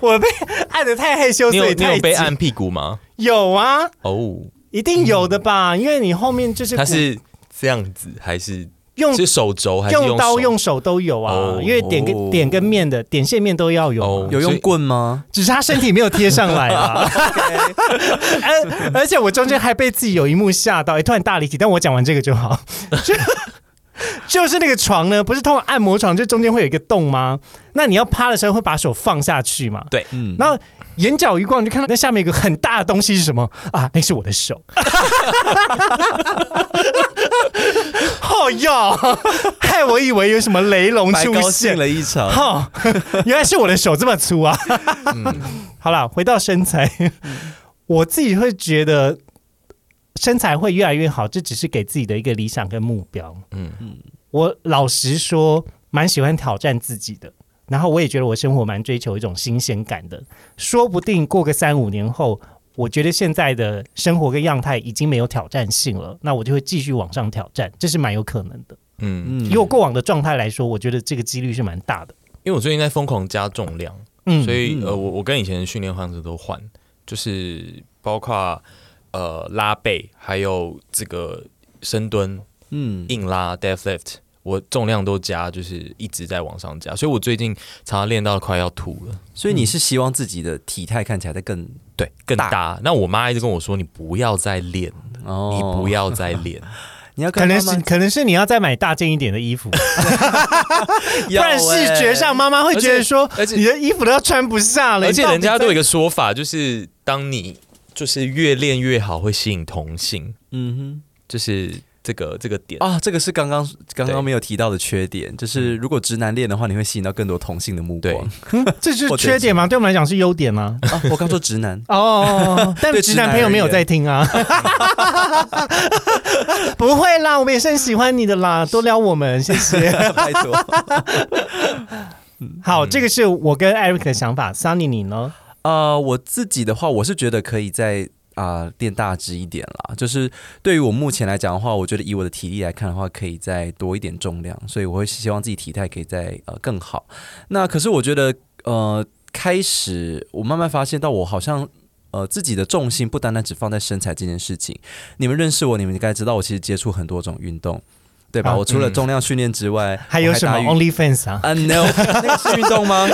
我我 [laughs] 被按的太害羞，你所有以你太有被紧按屁股吗？有啊，哦，一定有的吧？因为你后面就是它嗯是这样子还是用是手肘还是用刀手用手都有啊，哦因为点跟点跟面的点线面都要有啊、哦有用棍吗？只是他身体没有贴上来 [laughs] 啊。而而且我中间还被自己有一幕吓到，哎、突然大离题，但我讲完这个就 [laughs] 好。就就是那个床呢，不是通常按摩床，就中间会有一个洞吗？那你要趴的时候会把手放下去嘛？对，嗯然后眼角余光，你就看到那下面有个很大的东西是什么啊？那是我的 [laughs] 手。 [laughs] 哦哟，害我以为有什么雷龙白出高现兴，了一场。 [laughs] 哈、原来是我的手这么粗啊！ [laughs] 好啦，回到身材，我自己会觉得身材会越来越好，这只是给自己的一个理想跟目标。嗯嗯，嗯我老实说，蛮喜欢挑战自己的。然后我也觉得我生活蛮追求一种新鲜感的，说不定过个三五年后，我觉得现在的生活跟样态已经没有挑战性了，那我就会继续往上挑战，这是蛮有可能的。嗯，嗯以我过往的状态来说，我觉得这个几率是蛮大的。因为我最近在疯狂加重量，嗯所以呃，我我跟以前的训练方式都换，就是包括呃拉背，还有这个深蹲、嗯，硬拉、deadlift，我重量都加，就是一直在往上加，所以我最近常常练到快要吐了，所以你是希望自己的体态看起来再更对，更大。那我妈一直跟我说，你不要再练，哦，你不要再 [laughs] 练，你要可跟能妈是妈可能是你要再买大件一点的衣服，不要欸然视觉上妈妈会觉得说而且而且你的衣服都要穿不下了。而你且到底人家都有一在个说法，就是当你就是越练越好，会吸引同性，欸嗯就是这个这个点哼。啊，这个是刚刚刚对刚没有提到的缺点，就是如果直男恋的话，你会吸引到更多同性的目对光。这是缺点吗？对我们来讲是优点吗？，啊，我刚说直男 [laughs] 哦，但对直直男男朋友而没有言在听啊。不会啦，我们也是很喜欢你的啦，多聊我们，谢 [laughs] 谢。拜托。好，这个是我跟 Eric 的想法，Sunny 你呢？呃，我自己的话，我是觉得可以在啊、练大只一点啦。就是对于我目前来讲的话，我觉得以我的体力来看的话，可以再多一点重量，所以我会希望自己体态可以再呃更好。那可是我觉得呃，开始我慢慢发现到我好像。呃，自己的重心不单单只放在身材这件事情。你们认识我，你们应该知道我其实接触很多种运动，对吧？啊我除了重量训练之外，还有什么我打羽 OnlyFans [laughs] 啊？ [laughs] 啊，no，那个是运动吗？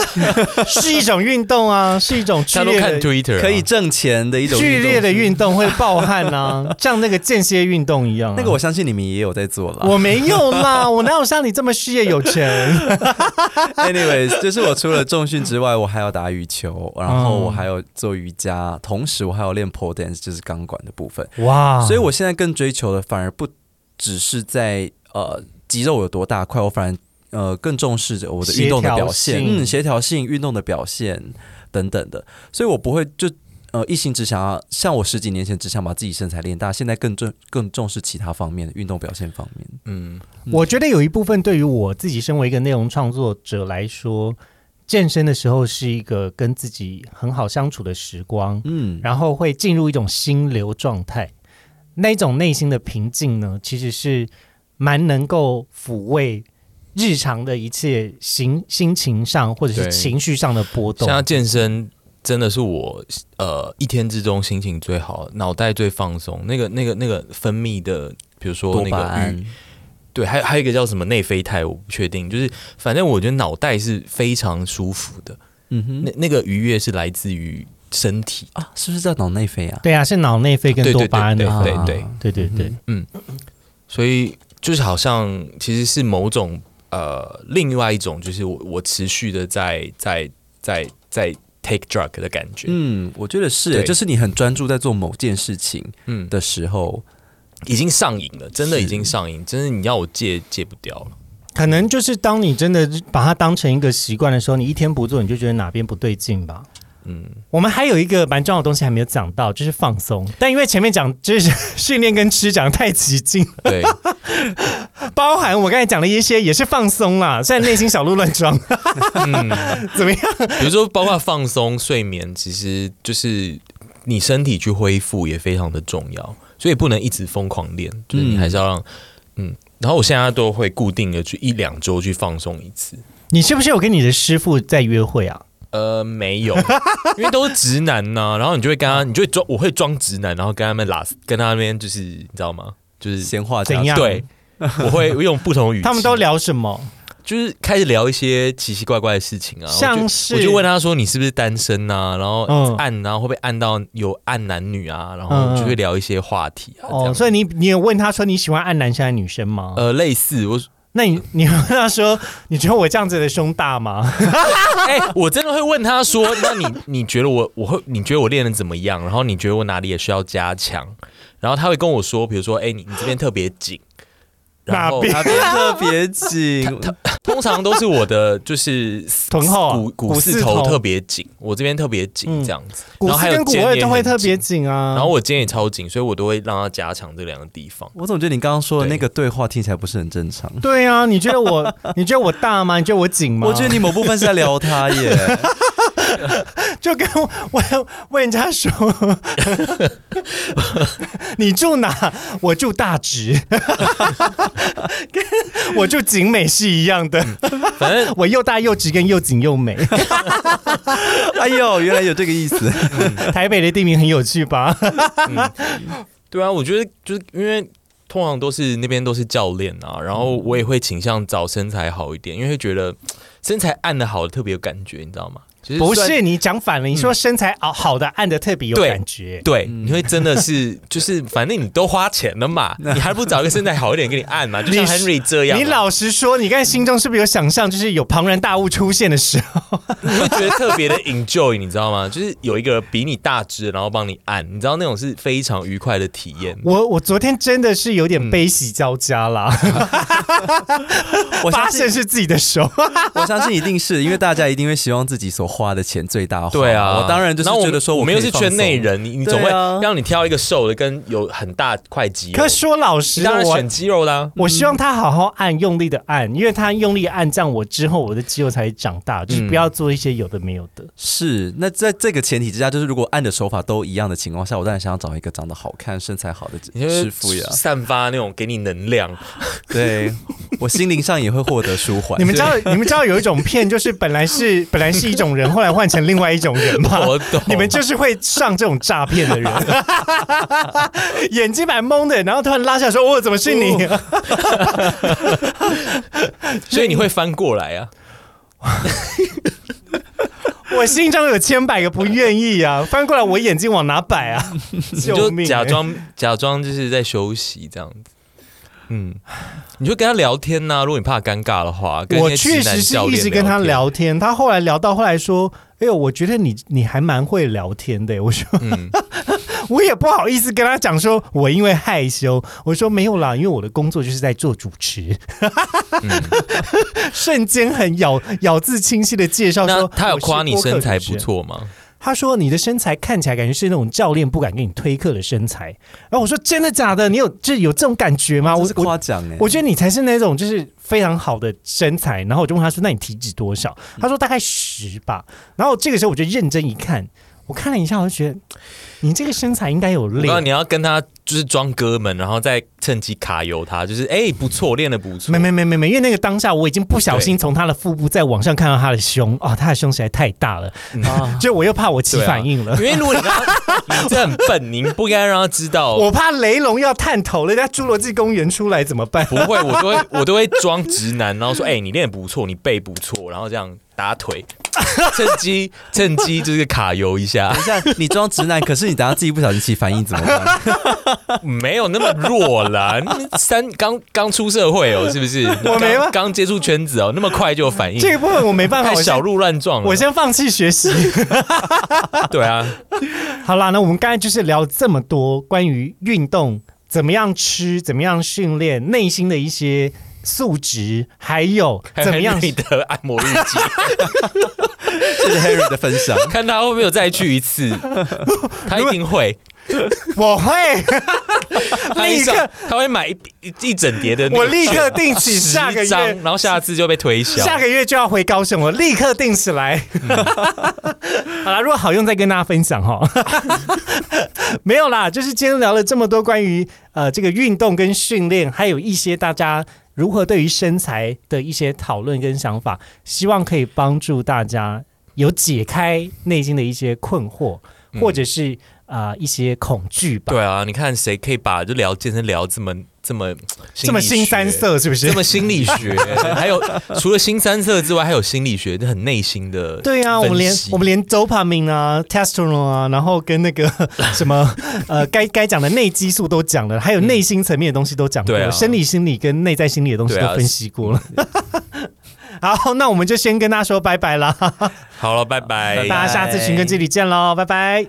是一种运动啊，是一种剧他都烈看的 Twitter，啊可以挣钱的一种剧烈的动。运动会暴汗啊，像那个间歇运动一样啊、那个我相信你们也有在做啦。我没有 [laughs] 啦，我哪有像你这么事业有成？ [laughs] Anyways，就是我除了重训之外，我还要打羽球，然后我还有做瑜伽，同时我还有练 pole dance，就是钢管的部分。哇！所以我现在更追求的反而不只是在呃肌肉有多大块，我反而呃更重视着我的运动的表现，协调性嗯，协调性、运动的表现等等的，所以我不会就。呃，一心只想要像我十几年前只想把自己身材练大，现在更重更重视其他方面的运动表现方面。嗯，我觉得有一部分对于我自己身为一个内容创作者来说，健身的时候是一个跟自己很好相处的时光，嗯，然后会进入一种心流状态，那一种内心的平静呢，其实是蛮能够抚慰。日常的一切心心情上或者是对情绪上的波动，像健身真的是我呃一天之中心情最好，脑袋最放松，那个那个那个分泌的，比如说多那巴个胺欲，对，还有还有一个叫什么内啡肽，我不确定，就是反正我觉得脑袋是非常舒服的，嗯哼那，那个愉悦是来自于身体，啊，是不是叫脑内啡啊？对啊，是脑内啡跟对多对巴胺对的分对泌对对，对对对，所以就是好像其实是某种呃另外一种，就是我我持续的在在在在 take drug 的感觉，嗯，我觉得是耶，对就是你很专注在做某件事情嗯的时候，已经上瘾了，真的是已经上瘾，真的你要我戒戒不掉了。[laughs] 可能就是当你真的把它当成一个习惯的时候，你一天不做，你就觉得哪边不对劲吧。嗯，我们还有一个蛮重要的东西还没有讲到，就是放松。但因为前面讲就是训练跟吃讲得太起劲，对，包含我刚才讲的一些也是放松啦， [laughs] 虽然内心小鹿乱撞，嗯 [laughs] 怎么样？比如说包括放松、睡眠，其实就是你身体去恢复也非常的重要，所以不能一直疯狂练，就是你还是要让嗯然后我现在都会固定的去一两周去放松一次。你是不是有跟你的师傅在约会啊？呃，没 [laughs] 有，因为都是直男呐、然后你就会跟他，你就会装，我会装直男，然后跟他们拉，跟他那边就是你知道吗？就是闲话家怎样对，我会用不同语气，他们都聊什么？就是开始聊一些奇奇怪怪的事情啊，像我就是我就问他说你是不是单身啊，然后嗯按啊、会不会按到有按男女啊，然嗯后嗯就会聊一些话题啊，这哦，样所以你你有问他说你喜欢按男生还是女生吗？呃类似我， [laughs] 那你你有问他说你觉得我这样子的胸大吗？哎、我真的会问他说，那你你觉得我我会你觉得我练的怎么样？然后你觉得我哪里也需要加强？然后他会跟我说，比如说，哎、你你这边特别紧，然 [laughs] 哪后边他变特别 [laughs] 紧，通常都是我的就是臀后啊股股股四四头头特别紧，我这边特别紧嗯这样子，股然后市还有跟股肩二也都会很特紧别紧啊。然后我肩也超紧，所以我都会让他加强这两个地方。我总觉得你刚刚说的那个对话听起来不是很正常。对啊，你觉得我 [laughs] 你觉得我大吗？你觉得我紧吗？我觉得你某部分是在撩他耶， [laughs] [laughs] 就跟我我问人家说， [laughs] 你住哪？我住大直， [laughs] 跟我住景美是一样的。反正 [laughs] 我又大又直，跟又紧又美。哎呦，原来有这个意 [laughs] 思。台北的地名很有趣吧？对啊，我觉得就是因为通常都是那边都是教练啊，然后我也会倾向找身材好一点，因为会觉得嘖身材按的好特别有感觉，你知道吗？就是不虽然是你讲反嗯了，你说身材好好的按的特别有对感觉。对，你会真的是 [laughs] 就是反正你都花钱了嘛，你还不如找一个身材好一点给你按嘛，就像你是 Henry 这样嘛，啊你老实说，你刚才心中是不是有想象，就是有庞然大物出现的时候？你会觉得特别的 enjoy，你知道吗？就是有一个比你大只，然后帮你按，你知道那种是非常愉快的体验。我我昨天真的是有点悲喜交加啦，我发相信现，是自己的手。我相信一定是因为大家一定会希望自己所花的钱最大化。对啊，我当然就是那我觉得说我可们以又是圈内放松，人，你你总会对啊让你挑一个瘦的跟有很大块肌 [laughs] 肉可，说老你实当的，然我选肌肉的啊。我希望他好好按，用力的按，因为他用力按，这样我之后我的肌肉才会长大，就是不要做一些有的没有的。是那在这个前提之下，就是如果按的手法都一样的情况下，我当然想要找一个长得好看、身材好的你就是师傅呀。散发那种给你能量， [laughs] 对我心灵上也会获得舒缓。你们知道，你们知道有一种片，就是本来是本来是一种人，后来换成另外一种人 [laughs] 吗？我懂你们就是会上这种诈骗的人， [laughs] 眼睛蛮蒙的，然后突然拉下来说：“哦，怎么是你？”所以你会翻过来啊。我心中有千百个不愿意啊！翻过来，我眼睛往哪摆啊？你 [laughs] 救就命、欸假装假装就是在休息这样子。嗯， [laughs] 你就跟他聊天啊呐、如果你怕尴尬的话，跟我一些确直男实是教一练直跟他天。聊天，他后来聊到后来说：“哎呦，我觉得你你还蛮会聊天的。”我说：“嗯 [laughs] 我也不好意思跟他讲，说我因为害羞。”我说：“没有啦，因为我的工作就是在做主持。嗯 [laughs] 瞬间很咬咬字清晰的介绍那说：“他有夸你身材不错。”错吗？他说你的身材看起来感觉是那种教练不敢给你推课的身材。然后我说真的假的？你有这有这种感觉吗？我啊我是我夸奖哎，我觉得你才是那种就是非常好的身材。然后我就问他说，那你体脂多少？嗯他说大概十吧。然后这个时候我就认真一看，我看了一下，我就觉得嗯你这个身材应该有然后练。你要跟他就是装哥们，然后再趁机卡油他，就是哎、不错，练的不错没。没没没没，因为那个当下我已经不小心对从他的腹部再往上看到他的胸，哦，他的胸实在太大了，就我又怕我起嗯对啊反应了。因为如果你 [laughs] 跟他你这很笨，你不该让他知道。我怕雷龙要探头了，人家侏罗纪公园出来怎么办？不会，我都会我都会装直男，然后说哎、你练的不错，你背不错，然后这样打腿，趁机 [laughs] 趁机就是卡油一下。等一下你装直男，可是你等下自己不小心起反应怎 [laughs] 么办？没有那么弱啦，你三刚刚出社会哦，是不是？我没吗刚刚接触圈子哦，那么快就有反应，这一部分我没办法，太我先小鹿乱撞了。我先放弃学习。对啊，好啦，那我们刚才就是聊了这么多关于运动怎么样吃、怎么样训练、内心的一些素质，还有 [laughs] 怎么样你的按摩日记，谢谢 Harry 的分享。看他会不会有再去一次， [laughs] 他一定会，我 [laughs] 会，他一立上刻他会买一一一整叠的那个我卷，立刻 [laughs] 定起下个十张月。然后下次就被推销。 [laughs] 下个月就要回高雄，我立刻定起来。 [laughs] 好啦，如果好用再跟大家分享哈。 [laughs] 没有啦，就是今天聊了这么多关于呃这个运动跟训练，还有一些大家如何对于身材的一些讨论跟想法，希望可以帮助大家有解开内心的一些困惑，或者是啊、呃一些恐惧吧。对啊，你看谁可以把就聊健身聊这么这么这么新三色色。是不是这？么心理 [laughs] 学，还有除了新三色之外，还有心理学，这很内心的。对啊，我们连我们连 dopamine 啊、testosterone 啊，然后跟那 [laughs] 个什么呃，该该讲的内激素都讲了，还有内心层面的东西都讲过对了，啊生理心理跟内在心理的东西对都啊嗯分析过了。 [laughs] 好，那我们就先跟大家说拜拜啦，好了，拜拜，大家下次群跟这里见喽，拜拜。